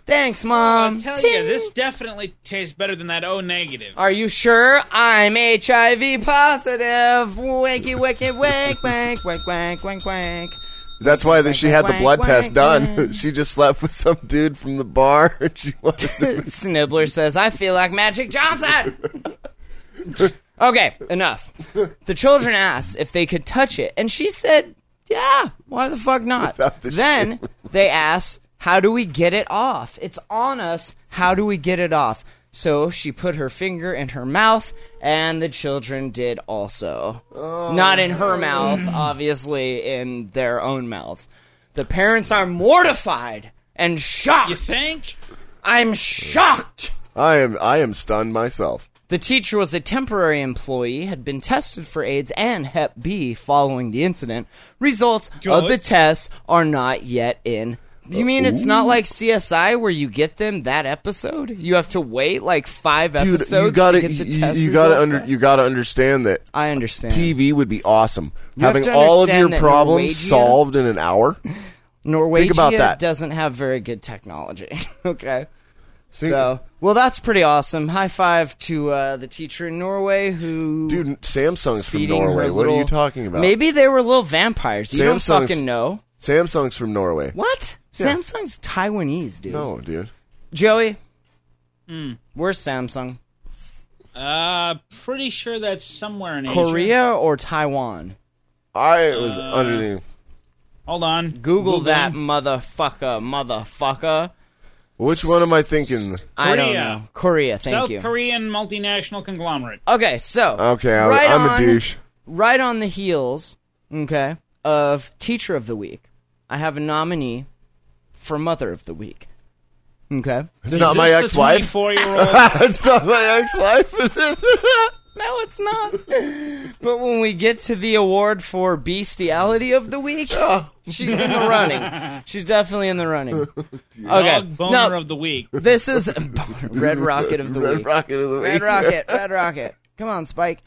A: Thanks, mom.
C: I'll tell
A: Um, Ting. Uh,
C: you, this definitely tastes better than that O negative.
A: Are you sure I'm HIV positive? Wakey, wakey, wake, wank, wank, wank, wank, wank.
B: That's why that she had the blood
A: Wank,
B: test
A: wank,
B: done.
A: wank.
B: she just slept with some dude from the bar. and she wanted to-
A: Snibbler says, I feel like Magic Johnson. okay, enough. The children asked if they could touch it, and she said, Yeah, why the fuck not?
B: Without the
A: then they asked, How do we get it off? It's on us. How do we get it off? So she put her finger in her mouth, and the children did also.
B: Oh,
A: Not in her mouth, obviously, in their own mouths. The parents are mortified and shocked.
C: You think?
A: I'm shocked.
B: I am I am stunned myself.
A: The teacher was a temporary employee, had been tested for AIDS and Hep B following the incident. Results of
C: Good.
A: the tests are not yet in. You mean it's not like CSI where you get them that episode? You have to wait like five
B: Dude,
A: episodes
B: you got to
A: to get the
B: you,
A: test
B: you got to
A: results
B: under
A: back?
B: you got to understand that
A: I understand.
B: TV would be awesome.
A: have
B: Having
A: to
B: all of
A: understand
B: your
A: that
B: problems
A: Norwegia-
B: solved in an hour.
A: Norwegia
B: about that.
A: doesn't have very good technology. okay. So, well, that's pretty awesome. High five to uh, the teacher in Norway who
B: Dude, Samsung's from
A: feeding
B: Norway.
A: her
B: What are you
A: little-
B: talking about?
A: Maybe they were little vampires. You don't
B: Samsung's-
A: fucking know.
B: Samsung's from Norway.
A: What? Samsung's Taiwanese, dude.
B: No, dude.
A: Joey,
C: Hmm.
A: where's Samsung?
C: Uh, pretty sure that's somewhere in Asia.
A: Korea or Taiwan?
B: I was
A: Uh,
B: under the
C: Hold on.
A: Google that motherfucker, motherfucker.
B: Which one am I thinking?
A: I don't
C: Korea.
A: know. Korea, thank
C: South
A: you.
C: Korean multinational conglomerate.
A: Okay, so
B: Okay, I,
A: right
B: I'm
A: on-
B: a douche.
A: right on the heels, okay, of Teacher of the Week, I have a nominee for Mother of the Week. Okay.
B: It's not my ex-wife.
C: Four year old.
B: It's not my ex-wife. Is it?
A: No, it's not. but when we get to the award for bestiality of the week, she's in the running. She's definitely in the running. Okay.
C: Dog boner
A: No,
C: of the week.
A: this is Red Rocket of the
B: Red
A: week.
B: Rocket of the Week.
A: Red Rocket. Red Rocket. Come on, Spike.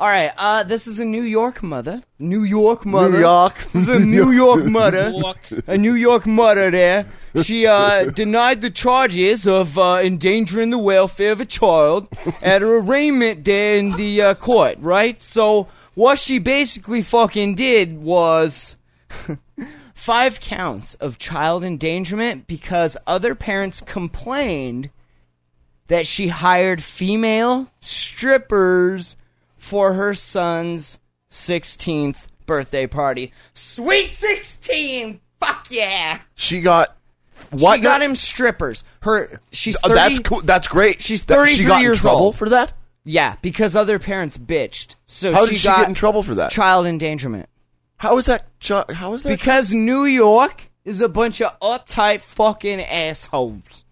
A: All right. Uh, this is a New York mother. New York mother.
B: New York.
A: This is a New York mother.
C: Walk.
A: a New York mother there. She uh, denied the charges of uh, endangering the welfare of a child at her arraignment there in the uh, court, right? So what she basically fucking did was five counts of child endangerment because other parents complained that she hired female strippers for her son's 16th birthday party. Sweet 16! Fuck yeah!
B: She got what?
A: She got him strippers. Her she's 30,
B: that's cool. That's great.
A: She's
B: That- She
A: 33
B: got
A: years
B: in trouble
A: old.
B: for that.
A: Yeah, because other parents bitched. So
B: How
A: she
B: did she
A: got
B: get in trouble for that?
A: child endangerment.
B: How is that? Ju- how is that?
A: Because New York is a bunch of uptight fucking assholes.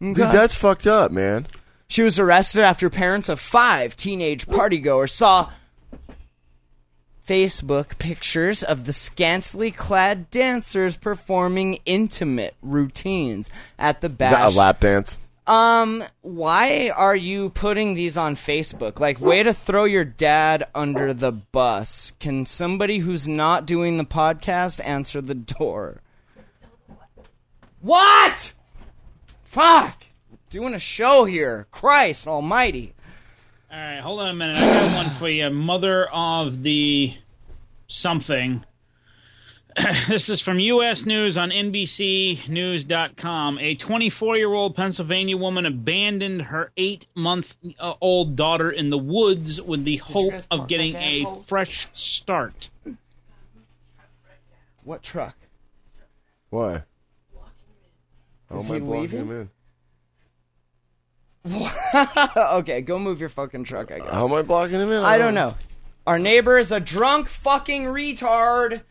B: Dude, that's fucked up, man.
A: She was arrested after parents of five teenage partygoers saw Facebook pictures of the scantily clad dancers performing intimate routines at the
B: Is that
A: bash.
B: a lap dance?
A: Um, why are you putting these on Facebook? Like, way to throw your dad under the bus. Can somebody who's not doing the podcast answer the door? What? Fuck! Doing a show here. Christ almighty.
C: All right, hold on a minute. I got one for you. Mother of the something. this is from U.S. News on NBCNews.com. A 24 year old Pennsylvania woman abandoned her eight month old daughter in the woods with the hope
A: guys park
C: of getting
A: like
C: a
A: assholes?
C: fresh start.
A: What truck?
B: Why? Oh
A: Is
B: my
A: he leaving?
B: him in?
A: okay, go move your fucking truck, I guess.
B: How am I blocking him in?
A: I don't know. Our neighbor is a drunk fucking retard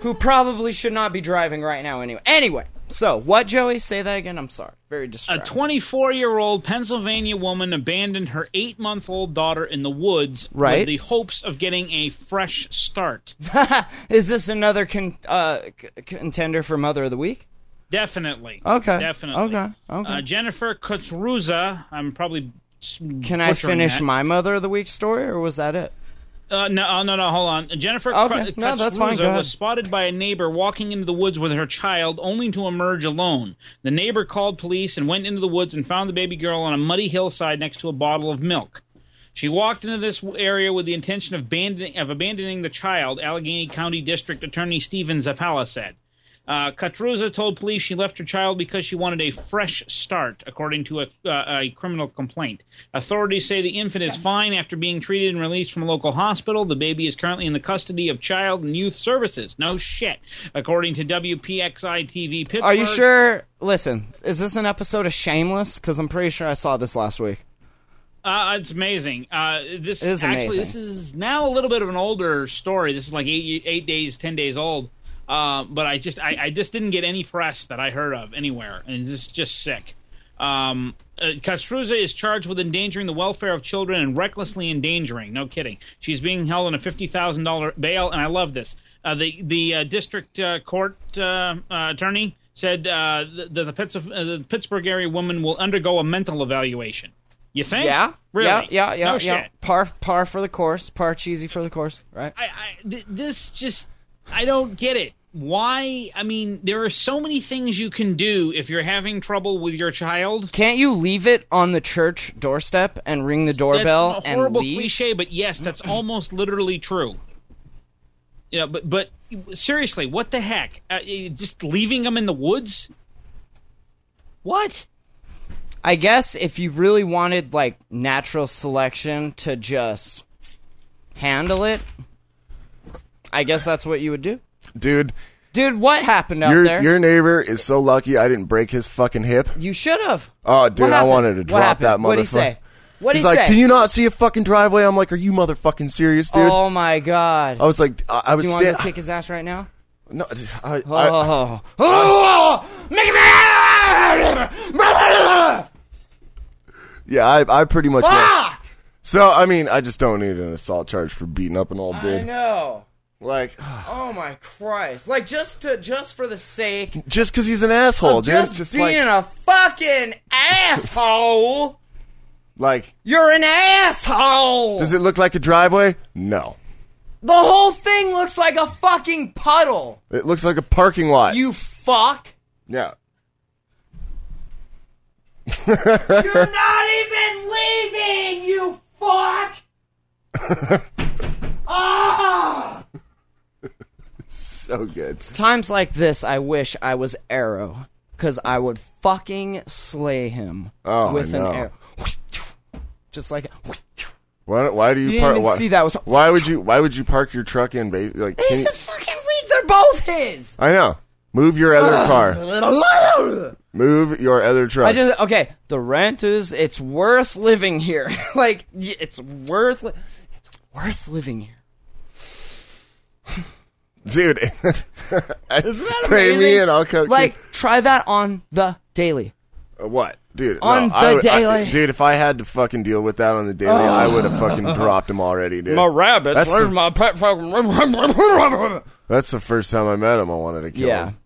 A: who probably should not be driving right now anyway. Anyway, so what, Joey? Say that again. I'm sorry. Very
C: A
A: distracted.
C: 24 year old Pennsylvania woman abandoned her eight month old daughter in the woods
A: Right.
C: with the hopes of getting a fresh start.
A: is this another con- uh, c- contender for Mother of the Week?
C: Definitely.
A: Okay.
C: Definitely.
A: Okay. Okay.
C: Uh, Jennifer Kutruza. I'm probably. s-
A: Can I
C: butchering
A: finish
C: that.
A: my mother of the week story, or was that it?
C: Uh, no, oh, no, no. Hold on. Jennifer
A: Okay.
C: Kut-
A: No, that's fine. Go
C: Kutruza
A: ahead.
C: was spotted by a neighbor walking into the woods with her child, only to emerge alone. The neighbor called police and went into the woods and found the baby girl on a muddy hillside next to a bottle of milk. She walked into this area with the intention of abandoning, of abandoning the child, Allegheny County District Attorney Steven Zappala said. Uh, Katruza told police she left her child because she wanted a fresh start, according to a, uh, a criminal complaint. Authorities say the infant is fine after being treated and released from a local hospital. The baby is currently in the custody of Child and Youth Services. No shit, according to WPXI TV Pittsburgh.
A: Are you sure? Listen, is this an episode of Shameless? Because I'm pretty sure I saw this last week.
C: Uh, it's amazing. Uh, this
A: It is
C: actually
A: amazing.
C: this is now a little bit of an older story. This is like eight eight days, ten days old. Uh, but I just I, I just didn't get any press that I heard of anywhere, and this is just sick. Um, uh, Kastruza is charged with endangering the welfare of children and recklessly endangering. No kidding. She's being held on a fifty thousand dollar bail, and I love this. Uh, the the uh, district uh, court uh, uh, attorney said uh, that the, Pitts- uh, the Pittsburgh area woman will undergo a mental evaluation. You think?
A: Yeah.
C: Really?
A: Yeah. Yeah. Yeah.
C: No
A: yeah.
C: Shit.
A: Par par for the course. Par cheesy for the course. Right.
C: I, I, th- this just, I don't get it. Why? I mean, there are so many things you can do if you're having trouble with your child.
A: Can't you leave it on the church doorstep and ring the
C: That's
A: doorbell
C: a horrible
A: and leave?
C: cliche, but yes, that's almost literally true. You know, but but seriously, what the heck? Uh, eh, just leaving them in the woods? What?
A: I guess if you really wanted like natural selection to just handle it, I guess that's what you would do.
B: dude.
A: Dude, what happened out
B: Your
A: there?
B: your neighbor is so lucky I didn't break his fucking hip.
A: you should have.
B: Oh, dude,
A: What
B: I
A: happened?
B: wanted to
A: What
B: drop
A: happened?
B: that motherfucker.
A: What'd he say? What'd
B: He's
A: he
B: like,
A: say?
B: "Can you not see a fucking driveway?" I'm like, "Are you motherfucking serious, dude?"
A: Oh my god.
B: I was like, "I, I was
A: you want me to
B: standing."
A: kick his ass right now?
B: No, I, I,
A: Oh. Oh. Make me-
B: yeah, I, I pretty much.
A: Ah!
B: So I mean, I just don't need an assault charge for beating up an old
A: I
B: dude.
A: know.
B: Like,
A: Oh my Christ. Like just to just for the sake
B: just because he's an asshole, dude.
A: just,
B: Just
A: being a
B: like,
A: fucking asshole.
B: like,
A: You're an asshole.
B: does it look like a driveway? No,
A: the whole thing looks like a fucking puddle.
B: it looks like a parking lot.
A: You fuck.
B: yeah.
A: You're not even leaving. You fuck.
B: So good.
A: Times like this, I wish I was Arrow, cause I would fucking slay him
B: Oh, I
A: with an
B: know.
A: arrow. Just like
B: Why? Why do you?
A: You
B: park,
A: didn't even
B: why,
A: see that. It was-
B: why would you? Why would you park your truck in? Ba- like, can
A: he's
B: you,
A: a fucking weak. They're both his.
B: I know. Move your other car.
A: I
B: Move your other truck.
A: just okay. The rent is. It's worth living here. like y- it's worth. Li- it's worth living here.
B: dude. Isn't
A: that
B: Pay me
A: amazing?
B: and I'll come.
A: Like, try that on the daily.
B: Uh, what, dude?
A: On
B: no, I
A: the
B: would- I-
A: daily.
B: dude. If I had to fucking deal with that on the daily, I would have fucking dropped him already, dude.
A: rabbits.
B: That's where's the-
A: my pet?
B: That's the first time I met him. I wanted to kill
A: yeah,
B: him.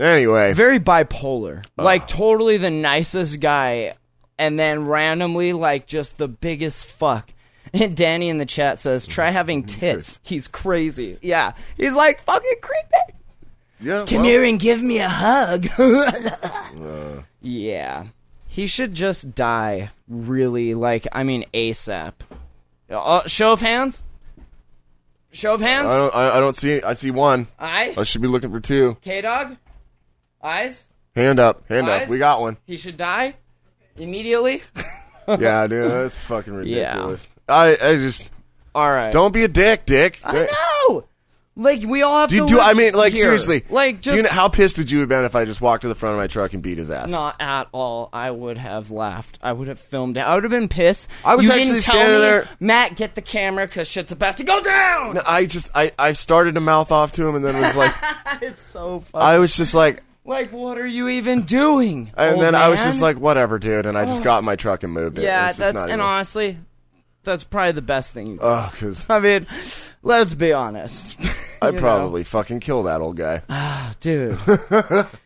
B: Anyway,
A: very bipolar. Like, totally the nicest guy, and then randomly, like, just the biggest fuck. And Danny in the chat says, "Try having
B: Mm-hmm.
A: tits. He's crazy. Yeah, he's like fucking creepy.
B: yeah,
A: Come
B: well,
A: here and give me a hug." Yeah, he should just die. Really, like, I mean, ASAP. Uh, show of hands. Show of hands.
B: I don't. I, I don't see. I see one. I
A: Eyes?
B: should be looking for two.
A: K Dog? Eyes?
B: Hand up. Hand up.
A: Eyes?
B: We got one.
A: He should die? Immediately?
B: Yeah, dude. That's fucking
A: Yeah.
B: ridiculous. I. I just
A: Alright.
B: don't be a dick, Dick.
A: I know! Like, we all have
B: Do you
A: to.
B: do?
A: live
B: I mean, like
A: here.
B: seriously.
A: Like,
B: do you
A: just.
B: know, how pissed would you have been if I just walked to the front of my truck and beat his ass?
A: not at all. I would have laughed. I would have filmed it. I would have been pissed.
B: I was
A: you
B: actually
A: didn't tell
B: standing
A: me,
B: there-
A: Matt, get the camera because shit's about to go down.
B: No, I just I, I started to mouth off to him and then was like
A: It's so funny.
B: I was just like
A: like, what are you even doing?
B: and
A: old
B: then I was just
A: man? Oh.
B: like whatever dude and I just got in my truck and moved it.
A: yeah,
B: It's just
A: that's
B: not
A: and
B: even-
A: honestly, that's probably the best thing. You
B: Ugh, 'cause
A: I mean, let's be honest.
B: I'd
A: You know?
B: probably fucking kill that old guy.
A: dude.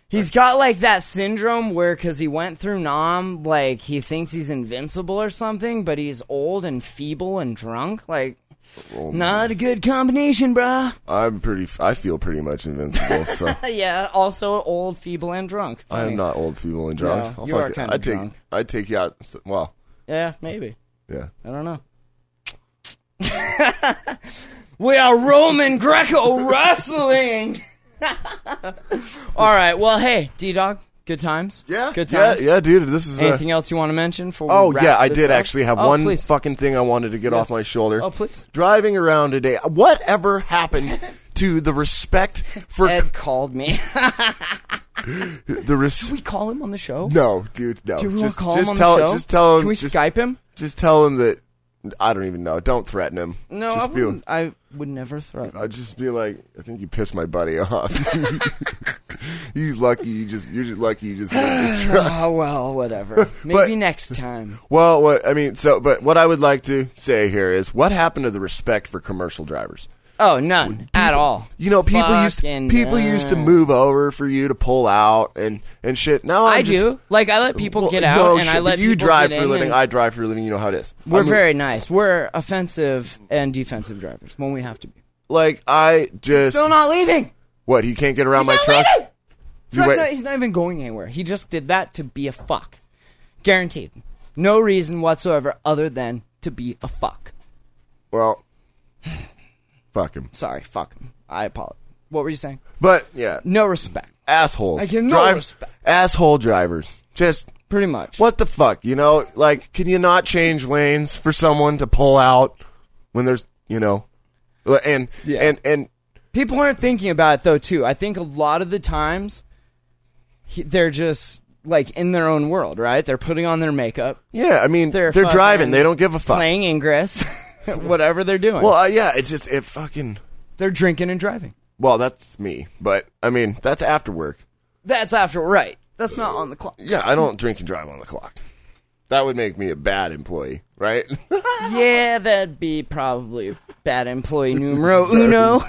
A: He's got like that syndrome where, because he went through Nam, like he thinks he's invincible or something, but he's old and feeble and drunk. Like,
B: Oh,
A: not a good combination, bruh.
B: I'm pretty. I feel pretty much invincible. So
A: Yeah, also old, feeble, and drunk.
B: I am
A: Funny.
B: not old, feeble, and drunk.
A: No,
B: I'll
A: you are
B: fuck it.
A: kinda
B: I take.
A: drunk.
B: I take you out. Well,
A: Yeah, maybe.
B: yeah.
A: I don't know. we are Roman Greco wrestling. All right. Well, hey, D Dog. Good times.
B: Yeah.
A: Good
B: yeah,
A: times.
B: yeah, dude. This is. A,
A: Anything else you want to mention? For we
B: Uh, oh
A: wrap
B: yeah, I
A: this
B: did
A: up?
B: actually have
A: Oh,
B: one
A: please.
B: fucking thing I wanted to get off my shoulder.
A: Oh, please.
B: Driving around today, whatever happened to the respect for
A: Ed called me.
B: the res-
A: we call him on the show?
B: No, dude, no.
A: Do we want
B: just
A: to call
B: just
A: him on
B: tell
A: the show?
B: just tell him
A: Can we
B: just,
A: Skype him?
B: just tell him that I don't even know. Don't threaten him.
A: No, I,
B: just be,
A: wouldn't, I would never threaten.
B: I'd just be like, I think you pissed my buddy off. He's lucky. You just you're just lucky. You just won this truck.
A: Oh well, whatever. Maybe next time.
B: Well, what I mean, so but what I would like to say here is what happened to the respect for commercial drivers?
A: Oh, none at all.
B: You know, people used
A: Fucking
B: people used to
A: none.
B: move over for you to pull out and and shit. Now I'm
A: I
B: just-
A: do. Like I let people
B: Well,
A: get
B: no
A: out, and
B: shit,
A: I
B: but
A: let
B: you
A: people
B: drive
A: get
B: for a
A: in
B: living.
A: and-
B: I drive for a living. You know how it is.
A: We're
B: I'm a-
A: very nice. We're offensive and defensive drivers when we have to be.
B: like I just
A: Still not leaving.
B: what you can't get around my
A: not
B: truck.
A: leaving!
B: You
A: Truck's
B: wait-
A: not- he's not even going anywhere. He just did that to be a fuck. Guaranteed. No reason whatsoever other than to be a fuck.
B: Well, fuck him.
A: Sorry, fuck him. I apologize. What were you saying?
B: But yeah,
A: No respect.
B: assholes.
A: I give no respect.
B: Asshole drivers. Just
A: Pretty much.
B: what the fuck? You know, like can you not change lanes for someone to pull out when there's you know, and
A: Yeah.
B: and and
A: People aren't thinking about it though, too. I think a lot of the times he, they're just like in their own world, right? They're putting on their makeup.
B: yeah, I mean
A: They're,
B: they're, driving.
A: fucking
B: They don't give a fuck.
A: Playing Ingress, whatever they're doing.
B: Well, uh, yeah, it's just it fucking.
A: they're drinking and driving.
B: Well, that's me, but I mean that's after work.
A: That's after right. That's not on the clock.
B: Yeah, I don't drink and drive on the clock. That would make me a bad employee, right?
A: Yeah, that'd be probably bad employee numero uno.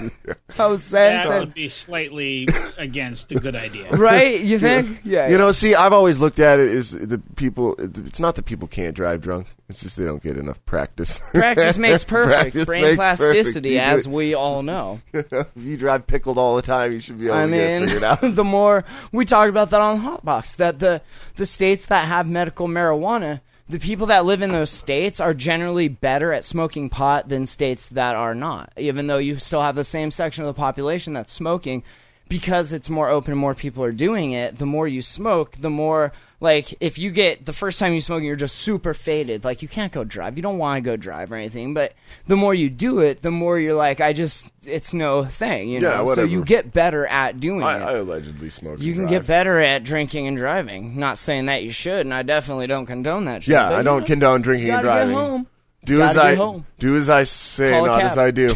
A: I would say.
C: That
A: So-
C: would be slightly against a good idea.
A: right? You think? Yeah.
B: You know, see, I've always looked at it as the people. It's not that people can't drive drunk; it's just they don't get enough practice.
A: Practice makes perfect.
B: Practice
A: Brain
B: makes perfect.
A: plasticity,
B: You do
A: as
B: it-
A: we all know.
B: if you drive pickled all the time, you should be able
A: I
B: to get it
A: mean,
B: figured out.
A: the more we talked about that on Hotbox, that the the states that have medical marijuana, the people that live in those states are generally better at smoking pot than states that are not. Even though you still have the same section of the population that's smoking, because it's more open, and more people are doing it. The more you smoke, the more like if you get the first time you smoke, you're just super faded. Like you can't go drive. You don't want to go drive or anything. But the more you do it, the more you're like, I just it's no thing. You
B: Yeah,
A: know. So
B: whatever.
A: you get better at doing
B: I,
A: it.
B: I allegedly smoke.
A: you
B: and
A: can
B: drive.
A: get better at drinking and driving. Not saying that you should, and I definitely don't condone that. Shit,
B: Yeah,
A: but
B: I
A: you
B: don't
A: know,
B: condone drinking and
A: gotta get
B: driving.
A: home.
B: Do
A: Gotta
B: as
A: get
B: I
A: home.
B: do as I say,
A: Call a
B: not
A: cab.
B: as I do.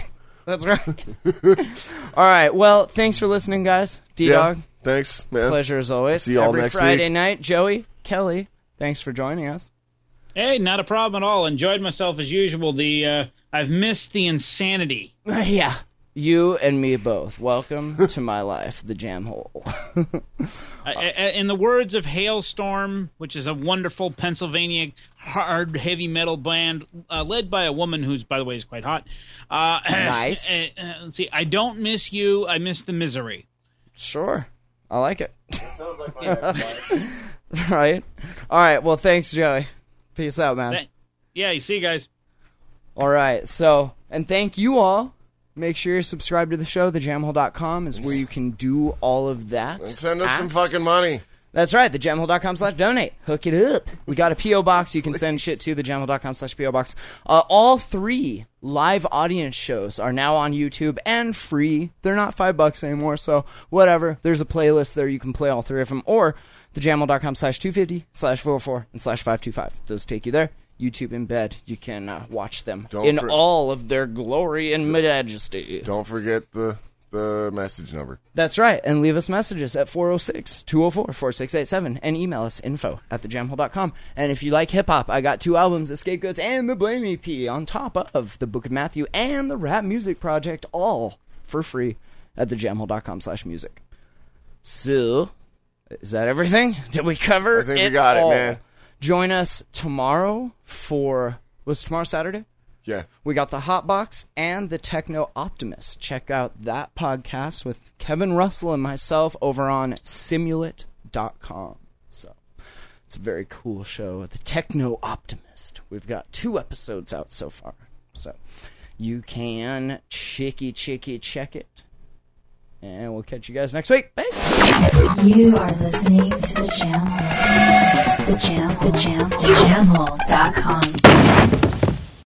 A: That's right. All right. Well, thanks for listening, guys. D
B: Yeah.
A: Dog,
B: Thanks, man.
A: pleasure as always.
B: See y'all
A: Every
B: next
A: Friday
B: week.
A: night, Joey, Kelly, thanks for joining us.
C: Hey, not a problem at all. Enjoyed myself as usual. The uh, I've missed the insanity.
A: yeah. You and me both. Welcome to my life, the jam hole.
C: I- I- I- Uh, in the words of Hailstorm, which is a wonderful Pennsylvania hard heavy metal band uh, led by a woman who's, by the way, is quite hot. Uh,
A: Nice.
C: uh, uh, let's see, I don't miss you. I miss the misery.
A: sure. I like it. right? All right. Well, thanks, Joey. Peace out, man.
C: That- yeah, you see, you guys.
A: All right. So, and thank you all. Make sure you're subscribed to the show. TheJamhole.com is where you can do all of that.
B: And send us some
A: Act.
B: fucking money.
A: That's right. TheJamhole.com slash donate. Hook it up. We got a P.O. box. You can send shit to TheJamhole.com slash P.O. box. Uh, all three live audience shows are now on YouTube and free. They're not five bucks anymore. So, whatever. There's a playlist there. You can play all three of them or TheJamhole.com slash 250 slash 404 and slash 525. Those take you there. YouTube in bed. You can uh, watch them
B: Don't
A: in
B: for-
A: all of their glory and majesty.
B: Don't forget the the message number.
A: That's right. And leave us messages at 406 204 4687 and email us info at thejamhole.com. And if you like hip hop, I got two albums, The Scapegoats and The Blame EP, on top of The Book of Matthew and The Rap Music Project, all for free at thejamhole.com slash music. So Is that everything? Did we cover?
B: I think we
A: it
B: got it,
A: all?
B: man.
A: Join us tomorrow for was tomorrow Saturday?
B: Yeah.
A: We got the Hot Box and the Techno Optimist. Check out that podcast with Kevin Russell and myself over on simulate.com. So it's a very cool show. The Techno Optimist. We've got two episodes out so far. So you can chicky chicky check it. And we'll catch you guys next week. Bye.
D: You are listening to the Jam Hole. The Jam, the Jam, the Jam Hole.com.